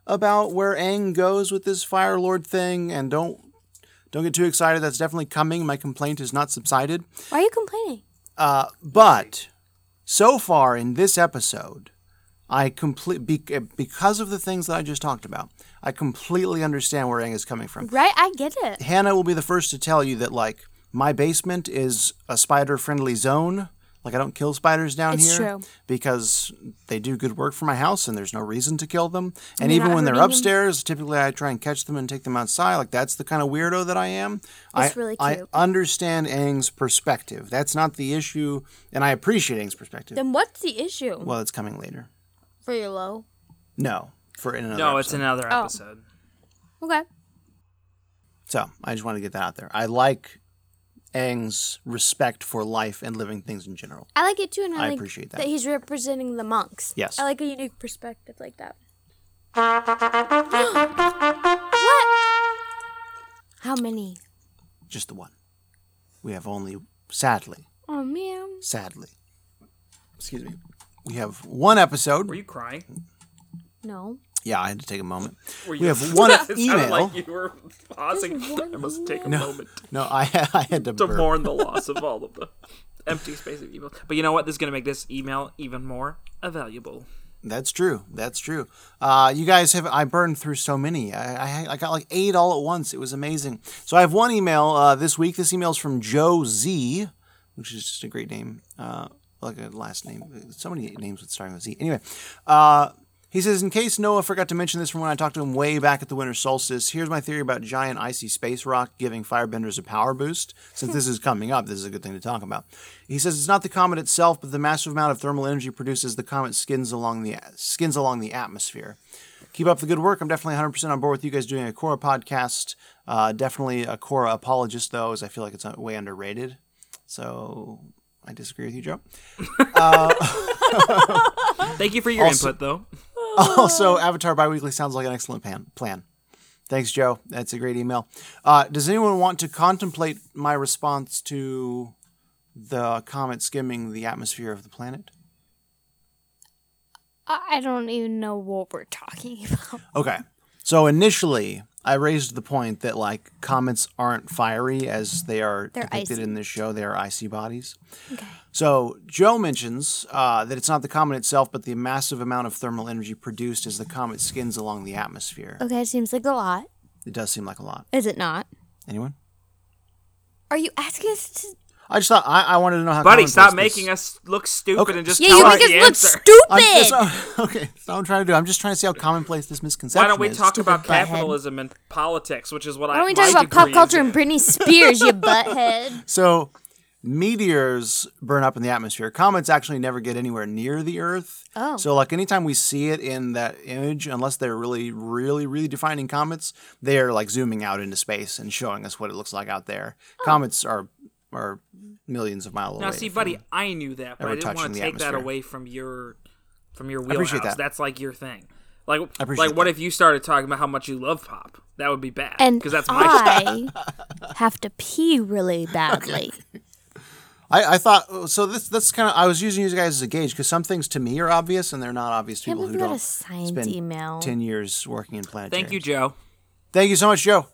Speaker 1: about where Aang goes with this Fire Lord thing, and don't don't get too excited. That's definitely coming. My complaint has not subsided, Uh,
Speaker 3: Why are you complaining?
Speaker 1: but so far in this episode. I complete be, because of the things that I just talked about. I completely understand where Aang is coming from.
Speaker 3: Right? I get it.
Speaker 1: Hannah will be the first to tell you that like my basement is a spider friendly zone. Like I don't kill spiders down
Speaker 3: It's
Speaker 1: here
Speaker 3: true.
Speaker 1: because they do good work for my house and there's no reason to kill them. And,
Speaker 3: they're
Speaker 1: even
Speaker 3: not
Speaker 1: when they're
Speaker 3: hurting you.
Speaker 1: upstairs, typically I try and catch them and take them outside. Like that's the kind of weirdo that I am.
Speaker 3: That's
Speaker 1: I,
Speaker 3: really
Speaker 1: I
Speaker 3: cute.
Speaker 1: understand Aang's perspective. That's not the issue, and I appreciate Aang's perspective.
Speaker 3: Then what's the issue
Speaker 1: well, it's coming later.
Speaker 3: for your low?
Speaker 1: No, for in another.
Speaker 2: No,
Speaker 1: episode.
Speaker 2: it's another
Speaker 3: Oh.
Speaker 2: episode.
Speaker 3: Okay.
Speaker 1: So I just want to get that out there. I like Aang's respect for life and living things in general.
Speaker 3: I like it too, and I,
Speaker 1: I
Speaker 3: like
Speaker 1: appreciate that.
Speaker 3: that he's representing the monks.
Speaker 1: Yes.
Speaker 3: I like a unique perspective like <gasps> that. what? How many?
Speaker 1: Just the one. We have only, sadly,
Speaker 3: Oh man.
Speaker 1: sadly, excuse me, we have one episode.
Speaker 2: Were you crying?
Speaker 3: No.
Speaker 1: yeah, I had to take a moment.
Speaker 2: Were
Speaker 1: We
Speaker 2: you <laughs>
Speaker 1: have one
Speaker 2: It
Speaker 1: email.
Speaker 2: sounded like you were pausing. <laughs> I must take a moment
Speaker 1: no, I, <laughs> I had to
Speaker 2: to
Speaker 1: burp.
Speaker 2: mourn the loss of all of the <laughs> empty space of emails. But you know what? This is gonna make this email even more valuable.
Speaker 1: That's true. That's true. Uh, you guys have. I burned through so many. I, I I got like eight all at once. It was amazing. So I have one email uh, this week. This email's from Joe Z, which is just a great name, uh, like a last name. So many names with starting with Z. Anyway, uh, he says, in case Noah forgot to mention this from when I talked to him way back at the winter solstice, here's my theory about giant icy space rock giving firebenders a power boost. Since this is coming up, this is a good thing to talk about. He says it's not the comet itself, but the massive amount of thermal energy produced as the comet skins along the skins along the atmosphere. Keep up the good work. I'm definitely 100% on board with you guys doing a Korra podcast. Uh, definitely a Korra apologist, though, as I feel like it's uh, way underrated. So I disagree with you, <laughs> Joe.
Speaker 2: Thank you for your input, though.
Speaker 1: Also, Oh, Avatar Biweekly sounds like an excellent pan- plan. Thanks, Joe. That's a great email. Uh, does anyone want to contemplate my response to the comet skimming the atmosphere of the planet?
Speaker 3: I I don't even know what we're talking <laughs> about.
Speaker 1: Okay. So initially, I raised the point that like comets aren't fiery as they are
Speaker 3: They're
Speaker 1: depicted
Speaker 3: icy.
Speaker 1: in this show. They are icy bodies.
Speaker 3: Okay.
Speaker 1: So Joe mentions uh, that it's not the comet itself, but the massive amount of thermal energy produced as the comet skins along the atmosphere.
Speaker 3: Okay, it seems like a lot.
Speaker 1: It does seem like a lot.
Speaker 3: Is it not?
Speaker 1: Anyone?
Speaker 3: Are you asking us to?
Speaker 1: I just thought I, I wanted to know how.
Speaker 2: Buddy,
Speaker 1: commonplace
Speaker 2: stop
Speaker 1: this-
Speaker 2: making us look stupid
Speaker 1: Okay.
Speaker 2: and just
Speaker 3: Yeah,
Speaker 2: tell
Speaker 3: you
Speaker 2: us
Speaker 3: make us
Speaker 2: the
Speaker 3: look
Speaker 2: answer.
Speaker 3: stupid.
Speaker 1: I'm, uh, that's not- <laughs> okay, that's not what I'm trying to do. I'm just trying to see how commonplace this misconception
Speaker 2: Why
Speaker 1: is.
Speaker 2: don't we talk about
Speaker 3: butthead.
Speaker 2: capitalism and politics, which is what I.
Speaker 3: Why don't we
Speaker 2: my
Speaker 3: talk about pop
Speaker 2: degree
Speaker 3: culture
Speaker 2: is
Speaker 3: and
Speaker 1: <laughs>
Speaker 3: Britney Spears, you butthead?
Speaker 1: So meteors burn up in the atmosphere. Comets actually never get anywhere near the Earth.
Speaker 3: Oh.
Speaker 1: So like anytime we see it in that image, unless they're really, really, really defining comets, they are like zooming out into space and showing us what it looks like out there. Comets are are millions of miles away.
Speaker 2: Now, see, buddy, I knew that, but
Speaker 1: ever
Speaker 2: I didn't
Speaker 1: touching
Speaker 2: want
Speaker 1: the
Speaker 2: to take that
Speaker 1: atmosphere.
Speaker 2: away from your from your wheelhouse.
Speaker 1: appreciate that.
Speaker 2: That's like your thing. Like, like
Speaker 1: appreciate
Speaker 2: what if you started talking about how much you love pop? That would be bad.
Speaker 1: <laughs>
Speaker 3: And
Speaker 2: because that's my stuff.
Speaker 3: I have to pee really badly.
Speaker 1: I, I thought so. This that's kind of I was using you guys as a gauge because some things to me are obvious and they're not obvious to
Speaker 3: Can't
Speaker 1: people who
Speaker 3: believe I got
Speaker 1: don't
Speaker 3: a science
Speaker 1: spend
Speaker 3: email.
Speaker 1: ten years working in planetary.
Speaker 2: Thank you, Joe.
Speaker 1: Thank you so much, Joe.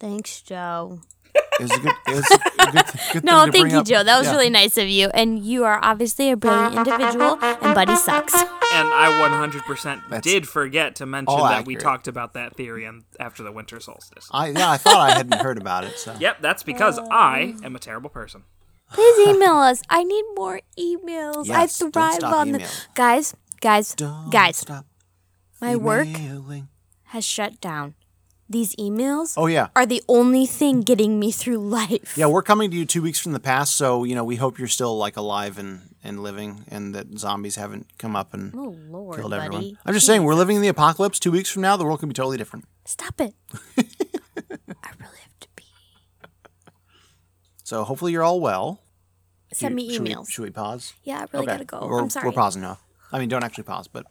Speaker 3: Thanks, Joe.
Speaker 1: It was a good. It was
Speaker 3: <laughs>
Speaker 1: a good, good
Speaker 3: No,
Speaker 1: thing to
Speaker 3: thank
Speaker 1: bring
Speaker 3: you,
Speaker 1: up.
Speaker 3: Joe. That was
Speaker 1: Yeah.
Speaker 3: really nice of you. And you are obviously a brilliant individual, and Buddy sucks.
Speaker 2: And
Speaker 1: <laughs>
Speaker 2: I 100%
Speaker 1: That's
Speaker 2: did forget to mention
Speaker 1: all
Speaker 2: that we
Speaker 1: accurate.
Speaker 2: talked about that theory on, after the winter solstice.
Speaker 1: I Oh. yeah, I thought I hadn't heard about it.
Speaker 2: <laughs>
Speaker 1: So
Speaker 2: Yep, that's because I am a terrible person.
Speaker 3: Please email us. I need more emails. I
Speaker 1: Yes, don't
Speaker 3: thrive
Speaker 1: stop
Speaker 3: on them.
Speaker 1: emailing.
Speaker 3: Guys, guys,
Speaker 1: Don't
Speaker 3: guys,
Speaker 1: stop
Speaker 3: my work
Speaker 1: emailing.
Speaker 3: has shut down. These emails
Speaker 1: Oh yeah,
Speaker 3: are the only thing getting me through life.
Speaker 1: yeah. We're coming to you two weeks from the past, so you know we hope you're still like alive and and living, and that zombies haven't come up and
Speaker 3: Oh, Lord,
Speaker 1: killed
Speaker 3: buddy.
Speaker 1: everyone. I'm just saying, we're living in the apocalypse. Two weeks from now, the world can be totally different.
Speaker 3: Stop
Speaker 1: <laughs>
Speaker 3: it. I really have to pee.
Speaker 1: So hopefully you're all well.
Speaker 3: Send me
Speaker 1: Should we-
Speaker 3: emails.
Speaker 1: Should we pause?
Speaker 3: yeah, I really gotta go.
Speaker 1: We're,
Speaker 3: I'm sorry.
Speaker 1: We're pausing now. I mean, don't actually pause, but.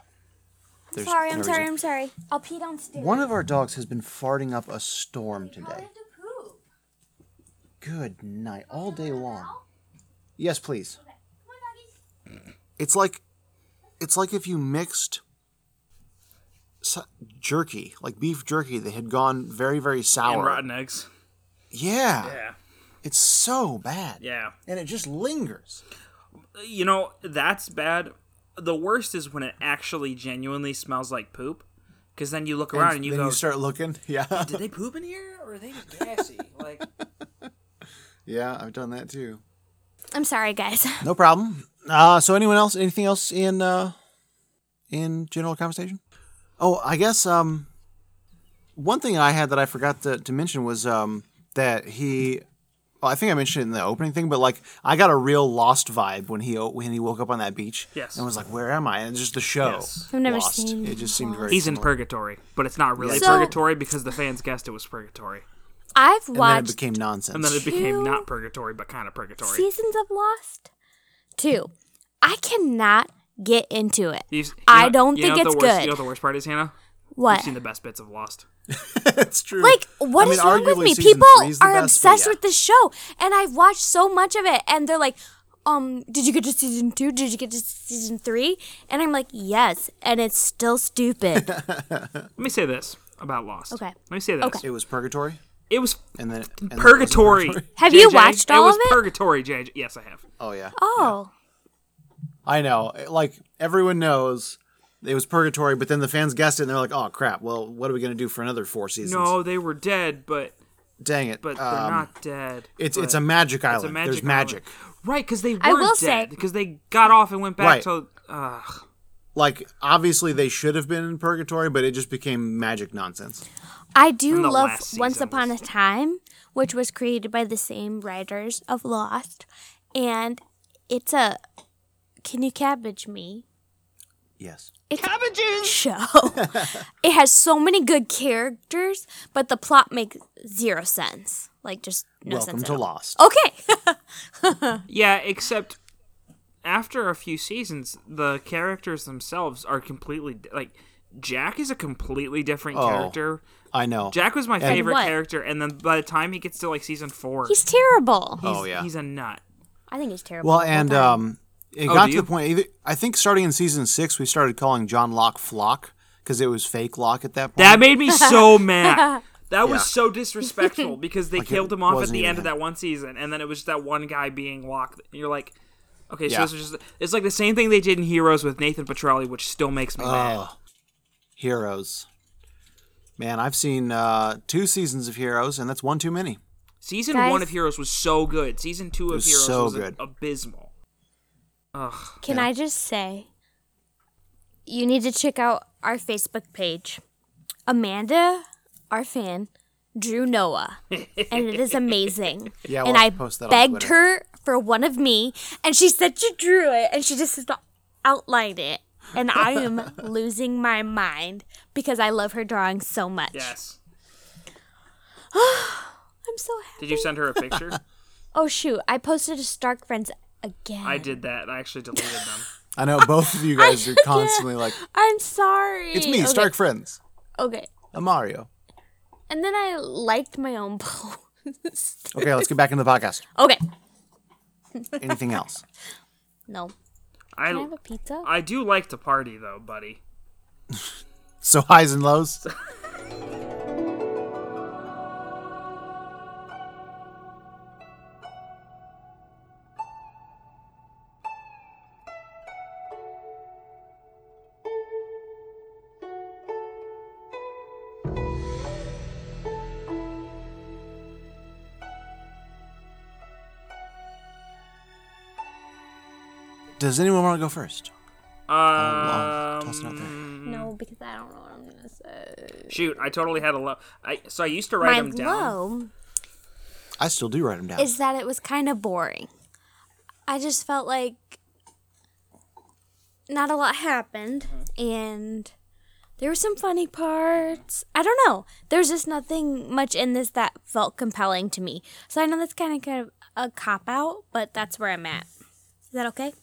Speaker 3: I'm
Speaker 1: there's
Speaker 3: sorry,
Speaker 1: no
Speaker 3: I'm
Speaker 1: reason.
Speaker 3: sorry, I'm sorry. I'll pee downstairs.
Speaker 1: One of our dogs has been farting up a storm today. Good night, all day long. Yes, please. It's like, it's like if you mixed so- jerky, like beef jerky that had gone very, very
Speaker 2: And
Speaker 1: sour.
Speaker 2: rotten eggs.
Speaker 1: Yeah,
Speaker 2: Yeah.
Speaker 1: it's so bad.
Speaker 2: Yeah.
Speaker 1: and it just lingers.
Speaker 2: You know, that's bad. The worst is when it actually genuinely smells like poop. Because then you look around and, you
Speaker 1: then
Speaker 2: go,
Speaker 1: you start looking. <laughs> Yeah,
Speaker 2: did they poop in here or are they
Speaker 1: <laughs>
Speaker 2: just gassy? like,
Speaker 1: yeah, I've done that too.
Speaker 3: I'm sorry, guys. <laughs>
Speaker 1: No problem. Uh, so anyone else? Anything else in uh, in general conversation? Oh, I guess um, one thing I had that I forgot to, to mention was um, that he. Well, I think I mentioned it in the opening thing, but like I got a real lost vibe when he when he woke up on that beach.
Speaker 2: Yes.
Speaker 1: and was like, "Where am I?" And it's just the show.
Speaker 2: Yes.
Speaker 3: I've never
Speaker 1: Lost.
Speaker 3: seen
Speaker 1: It just seemed
Speaker 3: Lost.
Speaker 1: very.
Speaker 2: he's in
Speaker 1: similar.
Speaker 2: purgatory, but it's not really
Speaker 3: So-
Speaker 2: purgatory because the fans guessed it was purgatory.
Speaker 3: I've
Speaker 1: And then it
Speaker 3: watched
Speaker 1: became nonsense.
Speaker 2: And then it became
Speaker 3: Two-
Speaker 2: not purgatory, but kind of purgatory.
Speaker 3: seasons of Lost. Two, I cannot get into it.
Speaker 2: You've- you
Speaker 3: I
Speaker 2: know-
Speaker 3: don't
Speaker 2: you know
Speaker 3: think
Speaker 2: what
Speaker 3: it's
Speaker 2: the worst,
Speaker 3: good.
Speaker 2: You know what the worst part is, Hannah? You've
Speaker 3: what?
Speaker 2: seen the best bits of Lost.
Speaker 1: <laughs> it's true.
Speaker 3: Like, what
Speaker 1: I
Speaker 3: is
Speaker 1: mean,
Speaker 3: wrong with
Speaker 1: arguably
Speaker 3: me?
Speaker 1: season
Speaker 3: People
Speaker 1: three's the
Speaker 3: are
Speaker 1: best, but
Speaker 3: obsessed
Speaker 1: yeah.
Speaker 3: with this show, and I've watched so much of it, and they're like, um, did you get to season two? Did you get to season three? And I'm like, yes, and it's
Speaker 2: <laughs>
Speaker 3: still stupid.
Speaker 2: Let me say this about Lost.
Speaker 3: Okay.
Speaker 2: Let me say this.
Speaker 3: Okay.
Speaker 1: It was purgatory,
Speaker 2: It was
Speaker 1: and then and then it was
Speaker 2: purgatory.
Speaker 3: <laughs> Have you
Speaker 2: JJ.
Speaker 3: watched all
Speaker 2: it was
Speaker 3: of it?
Speaker 2: Purgatory, JJ. Yes, I have.
Speaker 1: Oh yeah.
Speaker 3: oh,
Speaker 1: I know. Like everyone knows it was purgatory, but then the fans guessed it and they're like, "Oh crap. Well, what are we going to do for another four seasons?"
Speaker 2: No, they were dead, but
Speaker 1: Dang it.
Speaker 2: but they're
Speaker 1: Um,
Speaker 2: not dead.
Speaker 1: it's
Speaker 2: but-
Speaker 1: it's a magic island.
Speaker 2: It's a magic
Speaker 1: There's magic.
Speaker 2: island. right? Because they were
Speaker 3: I will say-
Speaker 2: dead. Because they got off and went back
Speaker 1: Right.
Speaker 2: to. Ugh.
Speaker 1: Like obviously they should have been in purgatory, but it just became magic nonsense.
Speaker 3: I
Speaker 2: From
Speaker 3: do
Speaker 2: the
Speaker 3: love
Speaker 2: last
Speaker 3: Once
Speaker 2: season
Speaker 3: Upon a Time, which was created by the same writers of Lost, and it's a can you cabbage me
Speaker 1: Yes.
Speaker 3: show. it has so many good characters, but the plot makes zero sense. Like just no
Speaker 1: Welcome
Speaker 3: sense.
Speaker 1: to
Speaker 3: at all.
Speaker 1: Lost.
Speaker 3: Okay, <laughs>
Speaker 2: Yeah, except after a few seasons, the characters themselves are completely di- like. Jack is a completely different
Speaker 1: Oh.
Speaker 2: character.
Speaker 1: I know.
Speaker 2: Jack was my favorite
Speaker 3: what?
Speaker 2: character, and then by the time he gets to like season four,
Speaker 3: he's terrible.
Speaker 2: he's-
Speaker 1: Oh, yeah.
Speaker 2: he's a nut.
Speaker 3: I think he's terrible.
Speaker 1: Well,
Speaker 3: the whole
Speaker 1: and
Speaker 3: time.
Speaker 1: um, it
Speaker 2: Oh,
Speaker 1: got
Speaker 2: do
Speaker 1: to
Speaker 2: you?
Speaker 1: the point. Either, I think starting in season six, we started calling John Locke Flock because it was fake Locke at that point.
Speaker 2: That made me so mad.
Speaker 1: <laughs>
Speaker 2: That was
Speaker 1: Yeah.
Speaker 2: so disrespectful
Speaker 1: <laughs>
Speaker 2: because they killed him off at
Speaker 1: wasn't
Speaker 2: the
Speaker 1: even
Speaker 2: end of
Speaker 1: him.
Speaker 2: that one season, and then it was just that one guy being locked. And you're like, okay, so
Speaker 1: Yeah.
Speaker 2: this is just it's like the same thing they did in Heroes with Nathan Petrelli, which still makes me mad.
Speaker 1: Oh, Heroes. Man, I've seen uh, two seasons of Heroes, and that's one too many.
Speaker 2: Season
Speaker 3: Guys-
Speaker 2: one of Heroes was so good. Season two of
Speaker 1: was
Speaker 2: Heroes
Speaker 1: so
Speaker 2: was
Speaker 1: good.
Speaker 2: abysmal. Ugh.
Speaker 3: Can
Speaker 1: Yeah.
Speaker 3: I just say, you need to check out our Facebook page. Amanda, our fan,
Speaker 1: <laughs>
Speaker 3: drew Noah, and it is amazing.
Speaker 1: Yeah, we'll
Speaker 3: and
Speaker 1: have
Speaker 3: I
Speaker 1: to post that on
Speaker 3: begged
Speaker 1: Twitter.
Speaker 3: her for one of me, and she said she drew it, and she just outlined it. And I am
Speaker 1: <laughs>
Speaker 3: losing my mind because I love her drawing so much.
Speaker 2: Yes.
Speaker 3: I'm so happy. <laughs>
Speaker 2: Did you send her a picture?
Speaker 3: Oh shoot! I posted a Stark friends again.
Speaker 2: I did that. I actually deleted them.
Speaker 1: I know both of you guys are constantly like,
Speaker 3: I'm sorry.
Speaker 1: it's me,
Speaker 3: okay.
Speaker 1: Stark Friends,
Speaker 3: Okay.
Speaker 1: a Mario.
Speaker 3: And then I liked my own <laughs> post.
Speaker 1: Okay, let's get back into the podcast.
Speaker 3: okay.
Speaker 1: Anything else?
Speaker 3: No.
Speaker 2: I
Speaker 3: Can I have a pizza?
Speaker 2: I do like to party though, buddy.
Speaker 1: So highs and lows. Does anyone want to go first? I'll
Speaker 2: Um,
Speaker 1: toss it out there.
Speaker 3: No, because I don't know what I'm gonna say.
Speaker 2: shoot, I totally had a low. I so I used to write
Speaker 3: My
Speaker 2: them down.
Speaker 3: low
Speaker 1: I still do write them down.
Speaker 3: is that it was kind of boring. I just felt like not a lot happened,
Speaker 2: Uh-huh.
Speaker 3: and there were some funny parts. I don't know. There's just nothing much in this that felt compelling to me. So I know that's kind of kind of a cop out, but that's where I'm at. Is that okay?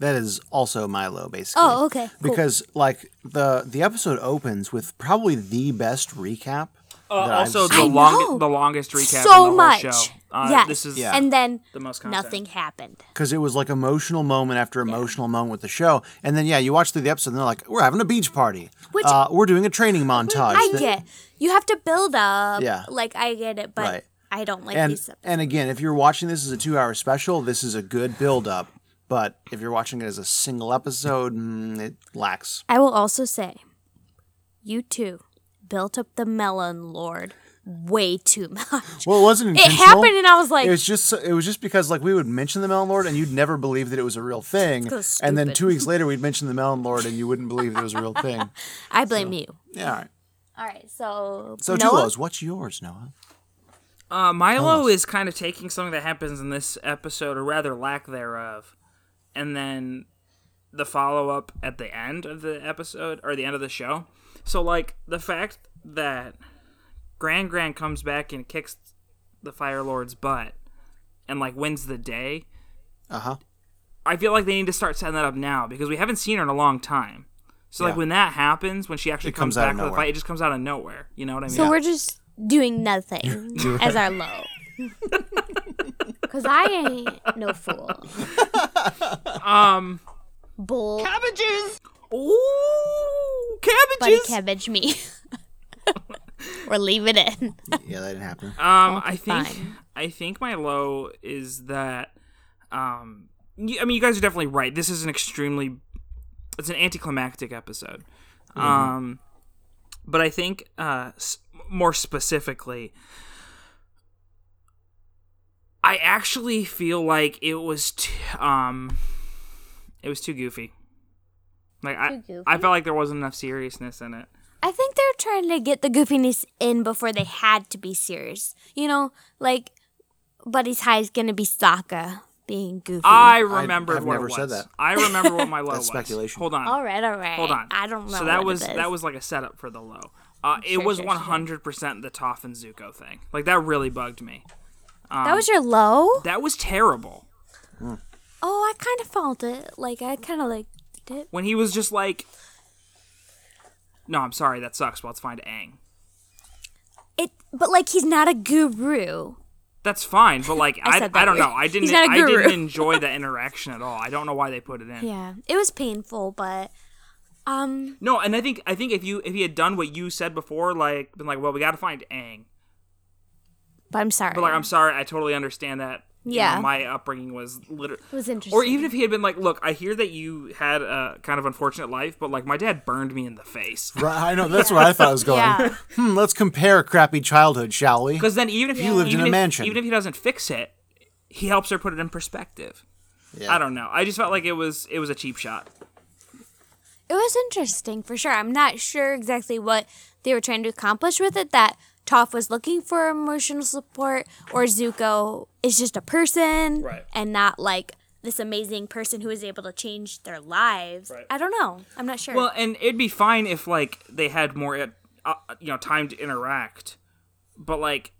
Speaker 1: That is also Milo, basically.
Speaker 3: Oh, okay. Cool.
Speaker 1: Because like the the episode opens with probably the best recap.
Speaker 2: Uh,
Speaker 1: that I've
Speaker 2: also,
Speaker 1: seen.
Speaker 2: the
Speaker 3: I
Speaker 2: long,
Speaker 3: know.
Speaker 2: the longest recap. in the
Speaker 3: so
Speaker 2: whole
Speaker 3: much.
Speaker 2: Show. Uh,
Speaker 3: yes.
Speaker 2: This is
Speaker 1: Yeah.
Speaker 3: and then
Speaker 2: the most content.
Speaker 3: nothing happened.
Speaker 1: because it was like emotional moment after emotional moment with the show, and then yeah, you watch through the episode, and they're like, "We're having a beach party.
Speaker 3: Which-
Speaker 1: uh, we're doing a training montage."
Speaker 3: I
Speaker 1: that-
Speaker 3: get. You have to build up.
Speaker 1: Yeah.
Speaker 3: Like I get it, but
Speaker 1: Right.
Speaker 3: I don't like
Speaker 1: And
Speaker 3: these.
Speaker 1: and again, if you're watching this as a two hour special, this is a good build up. But if you're watching it as a single episode, mm, it lacks.
Speaker 3: I will also say, you two built up the melon lord way too <laughs> much.
Speaker 1: Well, it wasn't
Speaker 3: it
Speaker 1: intentional.
Speaker 3: happened, and I was like,
Speaker 1: it was just so- it was just because like we would mention the melon lord and you'd never believe that it was a real thing
Speaker 3: It's 'cause
Speaker 1: and then
Speaker 3: stupid.
Speaker 1: two weeks later we'd mention the melon lord and you wouldn't believe that it was a real
Speaker 3: <laughs>
Speaker 1: thing
Speaker 3: I blame you.
Speaker 1: yeah all right
Speaker 3: All right, so
Speaker 1: so
Speaker 3: Noah?
Speaker 1: two lows what's yours noah
Speaker 2: Uh, Milo is kind of taking something that happens in this episode, or rather lack thereof, and then the follow up at the end of the episode or the end of the show. So, like the fact that Grand Grand comes back and kicks the Fire Lord's butt and like wins the day,
Speaker 1: uh-huh
Speaker 2: I feel like they need to start setting that up now because we haven't seen her in a long time. So, like
Speaker 1: Yeah.
Speaker 2: when that happens, when she actually
Speaker 1: comes
Speaker 2: comes,
Speaker 1: out of
Speaker 2: back to the
Speaker 1: nowhere.
Speaker 2: fight, it just comes out of nowhere. You know what I mean?
Speaker 3: So we're just
Speaker 1: <laughs>
Speaker 3: doing nothing as our <laughs> low. Cause I ain't no fool.
Speaker 2: um.
Speaker 3: Bull
Speaker 2: Ooh,
Speaker 3: buddy
Speaker 2: cabbages.
Speaker 3: cabbage me. <laughs> or leave it in.
Speaker 1: yeah that didn't happen
Speaker 2: Um, I think
Speaker 3: fine.
Speaker 2: I think my low is that. Um, y- I mean, you guys are definitely right. This is an extremely, it's an anticlimactic episode.
Speaker 3: Mm-hmm.
Speaker 2: Um, but I think uh, s- more specifically, I actually feel like it was t- um, it was too goofy. Like I,
Speaker 3: Too
Speaker 2: I felt like there wasn't enough seriousness in it.
Speaker 3: I think they're trying to get the goofiness in before they had to be serious. You know, like Buddy's high is gonna be Sokka being goofy.
Speaker 2: I remembered
Speaker 1: I've
Speaker 2: what
Speaker 1: never
Speaker 2: it was.
Speaker 1: said that.
Speaker 2: I
Speaker 1: <laughs>
Speaker 2: remember what my low
Speaker 1: That's
Speaker 2: was.
Speaker 1: speculation.
Speaker 2: Hold on.
Speaker 3: all right, all right.
Speaker 2: Hold on.
Speaker 3: I don't know.
Speaker 2: So that
Speaker 3: what
Speaker 2: was
Speaker 3: it is.
Speaker 2: that was like a setup for the low. Uh, it
Speaker 3: Sure,
Speaker 2: was
Speaker 3: sure, sure.
Speaker 2: one hundred percent the Toph and Zuko thing. Like that really bugged me. Um,
Speaker 3: that was your low.
Speaker 2: That was terrible.
Speaker 3: Oh, I kind of felt it. Like I kind of liked it.
Speaker 2: When he was just like, "No, I'm sorry, that sucks. Well, let's find Aang."
Speaker 3: It, but like he's not a guru.
Speaker 2: That's fine, but like I,
Speaker 3: <laughs> I
Speaker 2: I,
Speaker 3: said that
Speaker 2: don't
Speaker 3: word.
Speaker 2: know. I didn't
Speaker 3: He's not a
Speaker 2: I
Speaker 3: guru.
Speaker 2: didn't enjoy
Speaker 3: <laughs>
Speaker 2: that interaction at all. I don't know why they put it in.
Speaker 3: Yeah, it was painful, but um,
Speaker 2: No, and I think I think if you if he had done what you said before, like been like, "Well, we got to find Aang,"
Speaker 3: but I'm sorry.
Speaker 2: but like, "I'm sorry, I totally understand that." You know,
Speaker 3: Yeah.
Speaker 2: my upbringing was literally
Speaker 3: it was interesting.
Speaker 2: Or even if he had been like, "Look, I hear that you had a kind of unfortunate life, but like my dad burned me in the face."
Speaker 1: right i know that's where i thought it was going
Speaker 3: Yeah.
Speaker 1: hmm let's compare crappy childhood shall we
Speaker 2: Because then, even if he
Speaker 1: lived
Speaker 2: even
Speaker 1: in a
Speaker 2: if-
Speaker 1: mansion.
Speaker 2: even if he doesn't fix it, he helps her put it in perspective.
Speaker 1: Yeah.
Speaker 2: I don't know. I just felt like it was it was a cheap shot.
Speaker 3: It was interesting for sure. I'm not sure exactly what they were trying to accomplish with it. That Toph was looking for emotional support, or Zuko is just a person
Speaker 2: Right.
Speaker 3: and not like this amazing person who is able to change their lives.
Speaker 2: Right.
Speaker 3: I don't know. I'm not sure.
Speaker 2: Well, and it'd be fine if like they uh, had more, uh, you know, time to interact. But like,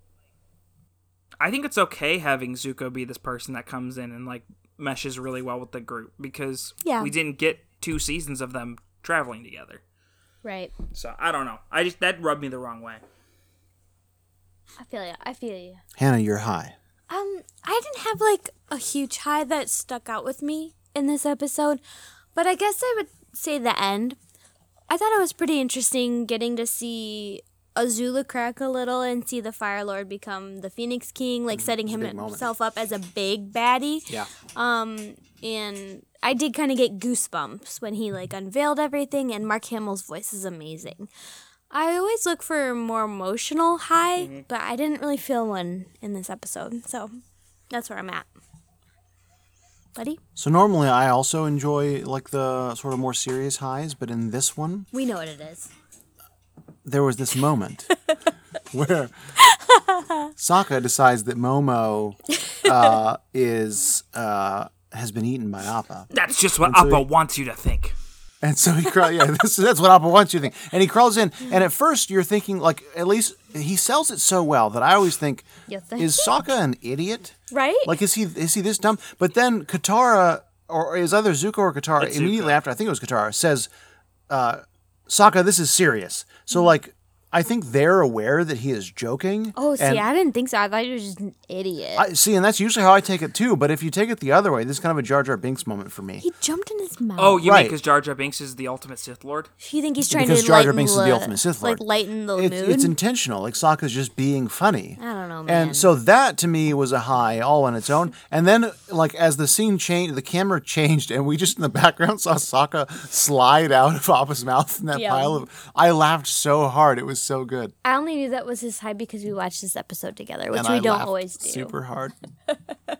Speaker 2: I think it's okay having Zuko be this person that comes in and like meshes really well with the group because
Speaker 3: Yeah.
Speaker 2: we didn't get two seasons of them traveling together.
Speaker 3: Right.
Speaker 2: So I don't know. I just that rubbed me the wrong way.
Speaker 3: I feel you. I feel you.
Speaker 1: Hannah, you're high.
Speaker 3: Um, I didn't have like a huge high that stuck out with me in this episode, but I guess I would say the end. I thought it was pretty interesting getting to see Azula crack a little and see the Fire Lord become the Phoenix King,
Speaker 1: Mm-hmm.
Speaker 3: like setting him
Speaker 1: big moment.
Speaker 3: himself up as a big baddie. Um,
Speaker 1: Yeah.
Speaker 3: And I did kind of get goosebumps when he like unveiled everything, and Mark Hamill's voice is amazing. I always look for a more emotional high,
Speaker 1: Mm-hmm.
Speaker 3: but I didn't really feel one in this episode, so that's where I'm at. Buddy,
Speaker 1: So normally I also enjoy like the sort of more serious highs, but in this one,
Speaker 3: we know what it is.
Speaker 1: there was this moment where Sokka decides that Momo uh, is uh, has been eaten by Appa.
Speaker 2: That's just what Appa wants you to think.
Speaker 1: And so he crawls. Yeah, this, that's what Appa wants you to think. And he crawls in. And at first, you're thinking like, at least he sells it so well that I always think,
Speaker 3: You think?
Speaker 1: is Sokka an idiot?
Speaker 3: Right?
Speaker 1: Like, is he is he this dumb? But then Katara, or is either Zuko or Katara immediately after? I think it was Katara says, uh, "Sokka, this is serious." So
Speaker 3: Mm-hmm.
Speaker 1: like, I think they're aware that he is joking.
Speaker 3: oh, see,
Speaker 1: and
Speaker 3: I didn't think so. I thought you were just an idiot.
Speaker 1: I, see, and that's usually how I take it too. But if you take it the other way, this is kind of a Jar Jar Binks moment for me.
Speaker 3: he jumped in his mouth.
Speaker 2: Oh, you mean
Speaker 1: Right.
Speaker 2: because Jar Jar Binks is the ultimate Sith Lord?
Speaker 3: you think he's trying
Speaker 1: Because
Speaker 3: to
Speaker 1: Jar Jar
Speaker 3: lighten
Speaker 1: Binks is
Speaker 3: the,
Speaker 1: the ultimate Sith Lord.
Speaker 3: like lighten the
Speaker 1: It's,
Speaker 3: mood.
Speaker 1: it's intentional. Like Sokka's just being funny.
Speaker 3: I don't know, man.
Speaker 1: And so that to me was a high all on its own. And then, like as the scene changed, the camera <laughs> changed, and we just in the background saw Sokka slide out of Appa's mouth in that
Speaker 3: Yeah.
Speaker 1: pile of. I laughed so hard; it was so good,
Speaker 3: I only knew that was his high because we watched this episode together, which
Speaker 1: and
Speaker 3: we
Speaker 1: I
Speaker 3: don't
Speaker 1: laughed
Speaker 3: always do.
Speaker 1: Super hard.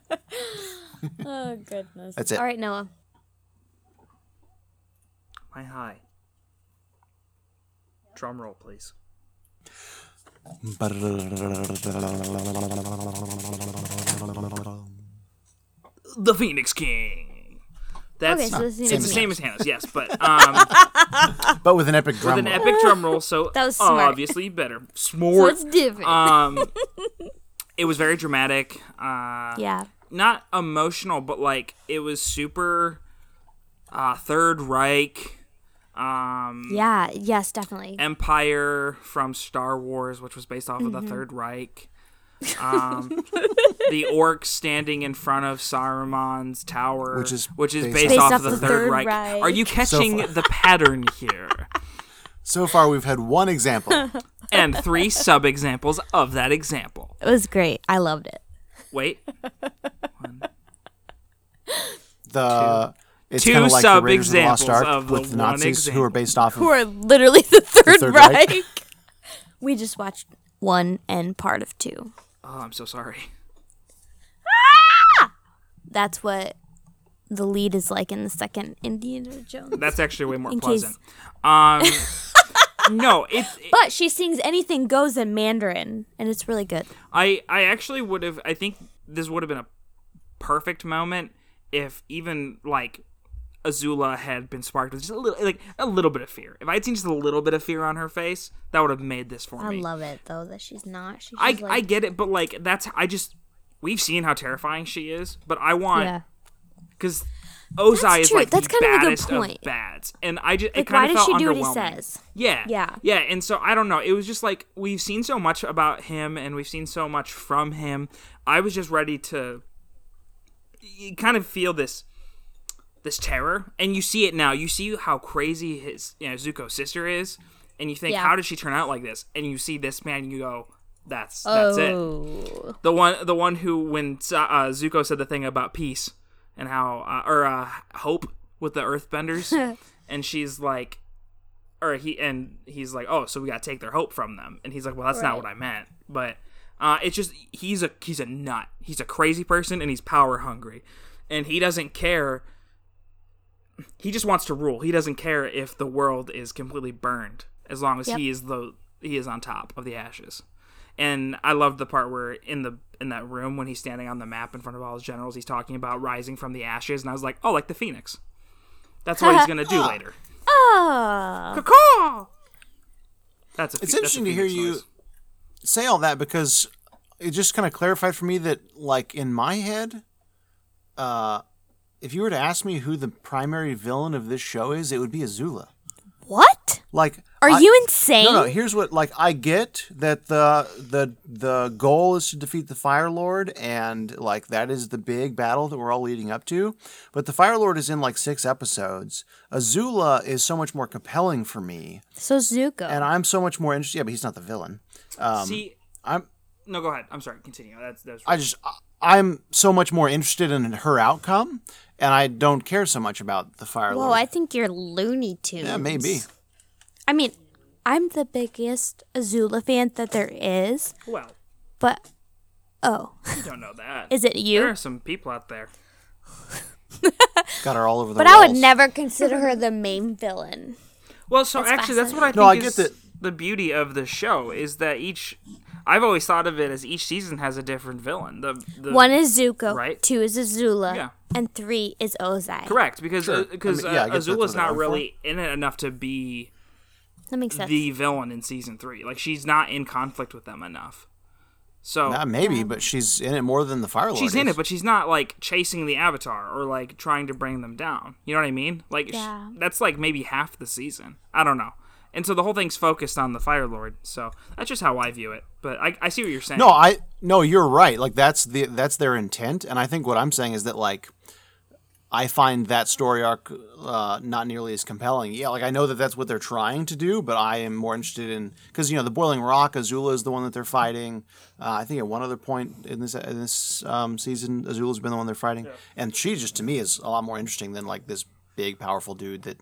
Speaker 3: <laughs> Oh goodness.
Speaker 1: That's it.
Speaker 3: All right, Noah.
Speaker 2: My high. Drum roll, please. The Phoenix King. That's
Speaker 3: Okay, so this is
Speaker 2: it's the
Speaker 1: as
Speaker 2: same as Hannah's, yes, but
Speaker 3: <laughs>
Speaker 2: um,
Speaker 1: But with an epic
Speaker 2: with
Speaker 1: drum
Speaker 2: an
Speaker 1: roll.
Speaker 2: epic drum roll, so
Speaker 3: That was smart.
Speaker 2: obviously better.
Speaker 3: So
Speaker 2: Smart.
Speaker 3: it's different. <laughs>
Speaker 2: um, it was very dramatic. Uh,
Speaker 3: yeah.
Speaker 2: not emotional, but like it was super uh, Third Reich. Um,
Speaker 3: Yeah. Yes, definitely.
Speaker 2: Empire from Star Wars, which was based off of
Speaker 3: Mm-hmm.
Speaker 2: the Third Reich.
Speaker 3: <laughs>
Speaker 2: Um, the orcs standing in front of Saruman's tower,
Speaker 1: Which is
Speaker 2: which is based, off, of the, Third, Reich. Are you catching the pattern here?
Speaker 1: So far, we've had one
Speaker 3: <laughs>
Speaker 1: example.
Speaker 2: And <laughs> three sub examples of that example.
Speaker 3: It was great. I loved it.
Speaker 2: Wait,
Speaker 1: The it's
Speaker 2: Two
Speaker 1: kind of like the Raiders of the Lost
Speaker 2: sub-examples
Speaker 1: Ark
Speaker 2: of the
Speaker 1: with the
Speaker 2: one
Speaker 1: Nazis who are
Speaker 2: example.
Speaker 1: based off of
Speaker 3: Who are literally <laughs> the Third,
Speaker 1: Third Reich.
Speaker 3: Reich. <laughs> we just watched one and part of two.
Speaker 2: oh, I'm so sorry.
Speaker 3: That's what the lead is like in the second Indiana Jones.
Speaker 2: That's actually way more
Speaker 3: In case-
Speaker 2: pleasant.
Speaker 3: <laughs>
Speaker 2: Um, no, it's
Speaker 3: But she sings "Anything Goes" in Mandarin, and it's really good.
Speaker 2: I I actually would have I think this would have been a perfect moment if even like Azula had been sparked with just a little like a little bit of fear. If I had seen just a little bit of fear on her face, that would have made this for
Speaker 3: I
Speaker 2: me.
Speaker 3: love it though that she's not. She's
Speaker 2: I
Speaker 3: just like,
Speaker 2: I get it, but like that's I just we've seen how terrifying she is, but I want
Speaker 3: yeah.
Speaker 2: because Ozai
Speaker 3: That's
Speaker 2: is
Speaker 3: true.
Speaker 2: like
Speaker 3: that's
Speaker 2: the
Speaker 3: kind of a good
Speaker 2: baddest
Speaker 3: point.
Speaker 2: of bads, and I just it
Speaker 3: Like,
Speaker 2: kind
Speaker 3: why
Speaker 2: of
Speaker 3: does
Speaker 2: felt
Speaker 3: she do what he
Speaker 2: underwhelming.
Speaker 3: says?
Speaker 2: Yeah.
Speaker 3: Yeah.
Speaker 2: Yeah. And so I don't know. It was just like we've seen so much about him and we've seen so much from him. I was just ready to you kind of feel this this terror. And you see it now. You see how crazy his you know, Zuko's sister is, and you think,
Speaker 3: Yeah.
Speaker 2: How did she turn out like this? And you see this man and you go, That's that's
Speaker 3: Oh.
Speaker 2: it. The one the one who when uh, Zuko said the thing about peace and how uh, or uh, hope with the earthbenders and she's like or he and he's like oh so we got to take their hope from them and he's like well that's not what I meant but uh, it's just he's a he's a nut he's a crazy person and he's power hungry and he doesn't care he just wants to rule he doesn't care if the world is completely burned as long as
Speaker 3: Yep.
Speaker 2: he is the he is on top of the ashes and I love the part where in the in that room when he's standing on the map in front of all his generals, he's talking about rising from the ashes, and I was like, oh, like the phoenix. That's what he's
Speaker 3: <laughs>
Speaker 2: gonna do later.
Speaker 3: Oh.
Speaker 2: Caw-caw! That's a.
Speaker 1: It's
Speaker 2: phe- that's a
Speaker 1: interesting to hear
Speaker 2: phoenix
Speaker 1: you
Speaker 2: noise.
Speaker 1: say all that because it just kind of clarified for me that like in my head uh if you were to ask me who the primary villain of this show is it would be azula
Speaker 3: What?
Speaker 1: like
Speaker 3: Are
Speaker 1: I-
Speaker 3: you insane?
Speaker 1: no no here's what like i get that the the the goal is to defeat the fire lord and like that is the big battle that we're all leading up to but the fire lord is in like six episodes azula is so much more compelling for me
Speaker 3: So Zuko.
Speaker 1: and i'm so much more interested yeah but he's not the villain
Speaker 2: See,
Speaker 1: um, i'm
Speaker 2: no, go ahead. I'm sorry. Continue. That's that's.
Speaker 1: I just I- I'm so much more interested in her outcome, and I don't care so much about the Fire
Speaker 3: Whoa,
Speaker 1: Lord.
Speaker 3: I think you're Looney Tunes.
Speaker 1: yeah, maybe.
Speaker 3: I mean, I'm the biggest Azula fan that there is,
Speaker 2: well,
Speaker 3: but oh, <laughs>
Speaker 2: you don't know that.
Speaker 3: is it
Speaker 2: there
Speaker 3: you?
Speaker 2: are some people out there.
Speaker 1: Got her all over the.
Speaker 3: But I would
Speaker 1: walls.
Speaker 3: never consider her the main villain.
Speaker 2: Well, so actually, that's what I think.
Speaker 1: No, I
Speaker 2: is
Speaker 1: get that.
Speaker 2: The beauty of the show is that each. I've always thought of it as each season has a different villain. The, the
Speaker 3: One is Zuko,
Speaker 2: Right.
Speaker 3: two is Azula,
Speaker 2: Yeah.
Speaker 3: and three is Ozai.
Speaker 2: correct because
Speaker 1: Sure.
Speaker 2: because
Speaker 1: I mean, yeah, I
Speaker 2: uh,
Speaker 1: guess that's what
Speaker 2: Azula's
Speaker 1: they're
Speaker 2: not
Speaker 1: going for.
Speaker 2: really in it enough to be
Speaker 3: That makes sense.
Speaker 2: the villain in season three. Like she's not in conflict with them enough. So
Speaker 1: Nah, maybe, but she's in it more than the Fire Lord.
Speaker 2: she's in
Speaker 1: is.
Speaker 2: it, but she's not like chasing the Avatar or like trying to bring them down. You know what I mean? Like sh-
Speaker 3: Yeah.
Speaker 2: that's like maybe half the season. I don't know. And so the whole thing's focused on the Fire Lord. So that's just how I view it. But I, I see what you're saying.
Speaker 1: No, I no, you're right. Like that's the that's their intent, and I think what I'm saying is that like I find that story arc uh, not nearly as compelling. Yeah, like I know that that's what they're trying to do, but I am more interested in because you know the Boiling Rock Azula is the one that they're fighting. Uh, I think at one other point in this in this um, season, Azula's been the one they're fighting, and she just to me is a lot more interesting than like this big powerful dude that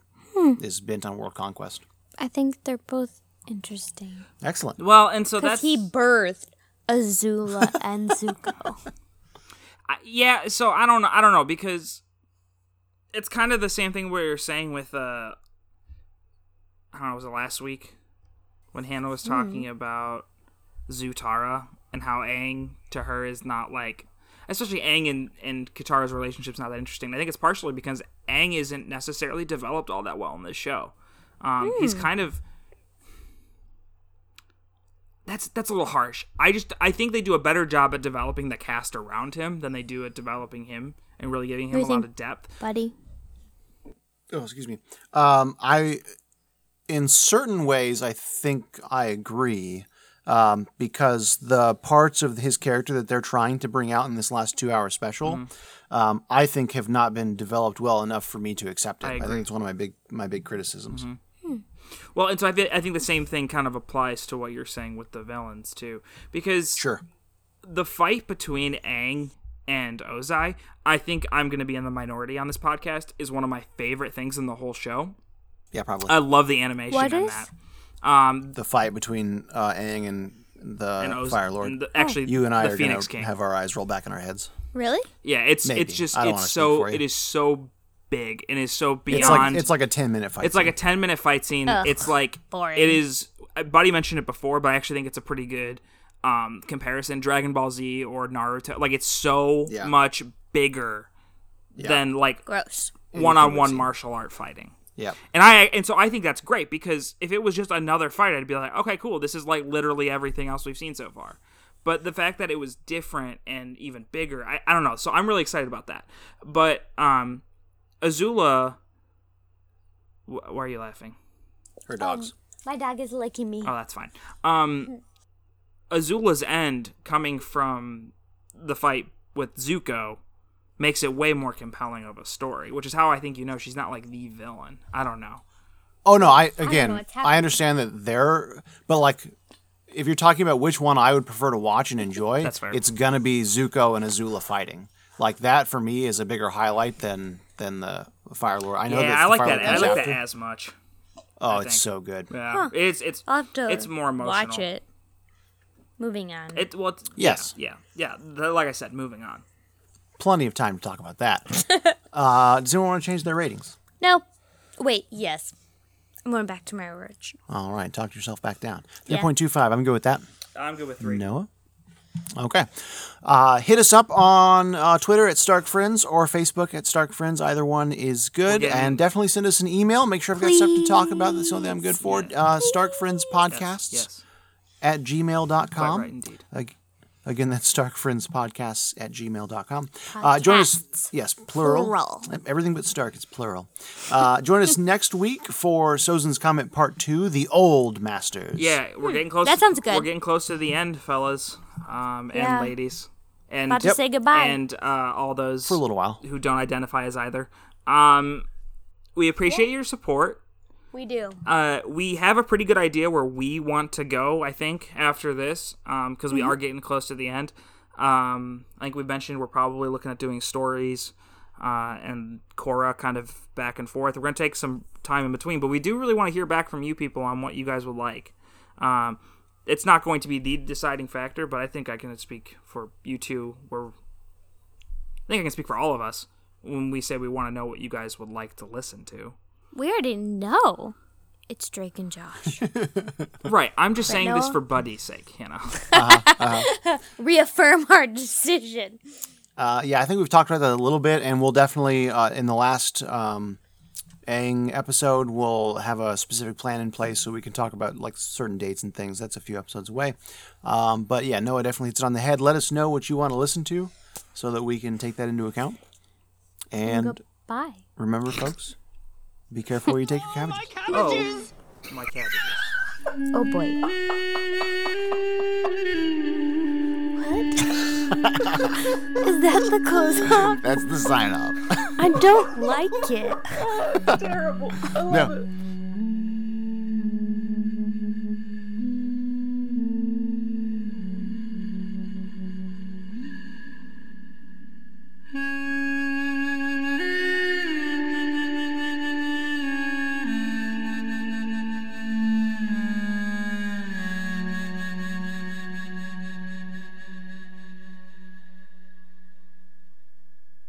Speaker 1: is bent on world conquest.
Speaker 3: I think they're both interesting.
Speaker 1: Excellent.
Speaker 2: Well, and so
Speaker 3: Because
Speaker 2: that's
Speaker 3: he birthed Azula
Speaker 2: <laughs>
Speaker 3: and Zuko.
Speaker 2: I- yeah so i don't know i don't know because it's kind of the same thing where you're saying with uh i don't know was it last week when hannah was
Speaker 3: Mm-hmm.
Speaker 2: talking about zutara and how aang to her is not like especially aang and and katara's relationship's not that interesting i think it's partially because aang isn't necessarily developed all that well in this show um
Speaker 3: Hmm.
Speaker 2: he's kind of that's that's a little harsh. I just I think they do a better job at developing the cast around him than they do at developing him and really giving him a
Speaker 3: What do you
Speaker 2: lot
Speaker 3: think?
Speaker 2: of depth.
Speaker 3: Buddy.
Speaker 1: oh excuse me um i in certain ways i think i agree um, because the parts of his character that they're trying to bring out in this last two hour special
Speaker 2: Mm-hmm.
Speaker 1: um, i think have not been developed well enough for me to accept it i, think it's one of my big my big criticisms
Speaker 2: Mm-hmm. Well, and so I, th- I think the same thing kind of applies to what you're saying with the villains too, because
Speaker 1: sure
Speaker 2: the fight between Aang and Ozai, I think I'm going to be in the minority on this podcast, is one of my favorite things in the whole show.
Speaker 1: yeah probably
Speaker 2: I love the animation
Speaker 3: What
Speaker 2: in
Speaker 3: is?
Speaker 2: that. Um,
Speaker 1: the fight between uh, Aang and the
Speaker 2: and Oz-
Speaker 1: Uh, fire lord Oh.
Speaker 2: and the- actually,
Speaker 1: you and i
Speaker 2: the
Speaker 1: are
Speaker 2: Phoenix
Speaker 1: gonna
Speaker 2: King.
Speaker 1: have our eyes roll back in our heads
Speaker 3: Really?
Speaker 2: yeah, it's
Speaker 1: Maybe.
Speaker 2: it's just
Speaker 1: I don't wanna
Speaker 2: it's
Speaker 1: speak
Speaker 2: so
Speaker 1: for you.
Speaker 2: it is so big and is so beyond.
Speaker 1: it's like it's like a 10 minute fight
Speaker 2: It's like a 10 minute fight scene. It's like
Speaker 3: boring.
Speaker 2: it is Buddy mentioned it before, but I actually think it's a pretty good um comparison Dragon Ball Z or Naruto. Like it's so
Speaker 1: Yeah.
Speaker 2: much bigger than like
Speaker 3: Gross.
Speaker 2: one-on-one martial art fighting.
Speaker 1: yeah
Speaker 2: And I and so I think that's great because if it was just another fight, I'd be like, okay, cool. This is like literally everything else we've seen so far. But the fact that it was different and even bigger, I, I don't know. So I'm really excited about that. But um, Azula, wh- why are you laughing?
Speaker 1: her dogs
Speaker 3: My dog is licking me.
Speaker 2: Oh, that's fine. Um, Azula's end coming from the fight with Zuko makes it way more compelling of a story, which is how I think you know she's not like the villain. I don't know.
Speaker 1: Oh no, I
Speaker 3: know
Speaker 1: again,
Speaker 3: what's happening.
Speaker 1: I, understand that they're, but like, if you're talking about which one I would prefer to watch and enjoy,
Speaker 2: That's fair.
Speaker 1: it's gonna be Zuko and Azula fighting. Like that for me is a bigger highlight than than the Fire Lord. I know
Speaker 2: yeah,
Speaker 1: that
Speaker 2: I
Speaker 1: the
Speaker 2: like
Speaker 1: Fire
Speaker 2: that.
Speaker 1: Lord
Speaker 2: I
Speaker 1: comes
Speaker 2: like that
Speaker 1: after.
Speaker 2: as much.
Speaker 1: Oh,
Speaker 2: think.
Speaker 1: it's so good.
Speaker 2: Yeah, it's it's
Speaker 3: I'll have to
Speaker 2: it's more emotional.
Speaker 3: watch it. Moving on.
Speaker 2: It well, it's-
Speaker 1: Yes.
Speaker 2: yeah, yeah. yeah. Like I said, moving on.
Speaker 1: Plenty of time to talk about that.
Speaker 3: <laughs>
Speaker 1: uh, does anyone want to change their ratings?
Speaker 3: no. Wait, yes. I'm going back to my origin.
Speaker 1: All right, talk yourself back down.
Speaker 3: Yeah.
Speaker 1: Three point two five. I'm good with that.
Speaker 2: I'm good with three.
Speaker 1: Noah. Okay. Uh, hit us up on uh, Twitter at Stark Friends or Facebook at Stark Friends. Either one is good.
Speaker 2: getting-
Speaker 1: And definitely send us an email. Make sure I've got stuff to talk about. That's the only thing I'm good for. Uh, Stark Friends Podcasts
Speaker 2: Yes,
Speaker 1: at gmailcom Um,
Speaker 2: quite right indeed.
Speaker 1: Like, Again, that's starkfriendspodcasts at gmail.com. Uh, join us,
Speaker 3: Podcasts.
Speaker 1: yes, plural.
Speaker 3: Plural.
Speaker 1: Everything but Stark, it's plural. Uh, join us <laughs> next week for Sozin's Comment Part 2, The Old Masters.
Speaker 2: Yeah, we're getting close.
Speaker 3: Hmm. that sounds
Speaker 2: We're
Speaker 3: good.
Speaker 2: getting close to the end, fellas, um, and
Speaker 3: Yeah.
Speaker 2: ladies, and
Speaker 3: About to say goodbye.
Speaker 2: and uh, all those
Speaker 1: For a little while.
Speaker 2: who don't identify as either. Um, we appreciate your support.
Speaker 3: we do.
Speaker 2: Uh, we have a pretty good idea where we want to go. I think after this, because we are getting close to the end. Um, I think we mentioned we're probably looking at doing stories uh, and Cora kind of back and forth. We're gonna take some time in between, but we do really want to hear back from you people on what you guys would like. Um, it's not going to be the deciding factor, but I think I can speak for you two. We're, I think I can speak for all of us when we say we want to know what you guys would like to listen to.
Speaker 3: We already know it's Drake and Josh.
Speaker 2: Right. I'm just saying this
Speaker 3: Noah?
Speaker 2: for Buddy's sake, you know.
Speaker 3: Reaffirm our decision.
Speaker 1: Uh, yeah, I think we've talked about that a little bit, and we'll definitely, uh, in the last um, Aang episode, we'll have a specific plan in place so we can talk about like certain dates and things. That's a few episodes away. Um, but yeah, Noah definitely hits it on the head. Let us know what you want to listen to so that we can take that into account. And
Speaker 3: Goodbye.
Speaker 1: remember, folks, be careful where you take your cabbages.
Speaker 2: oh, my cabbages.
Speaker 3: Oh boy. What? <laughs> Is that the close up?
Speaker 1: That's the sign off.
Speaker 3: I don't like it.
Speaker 1: no.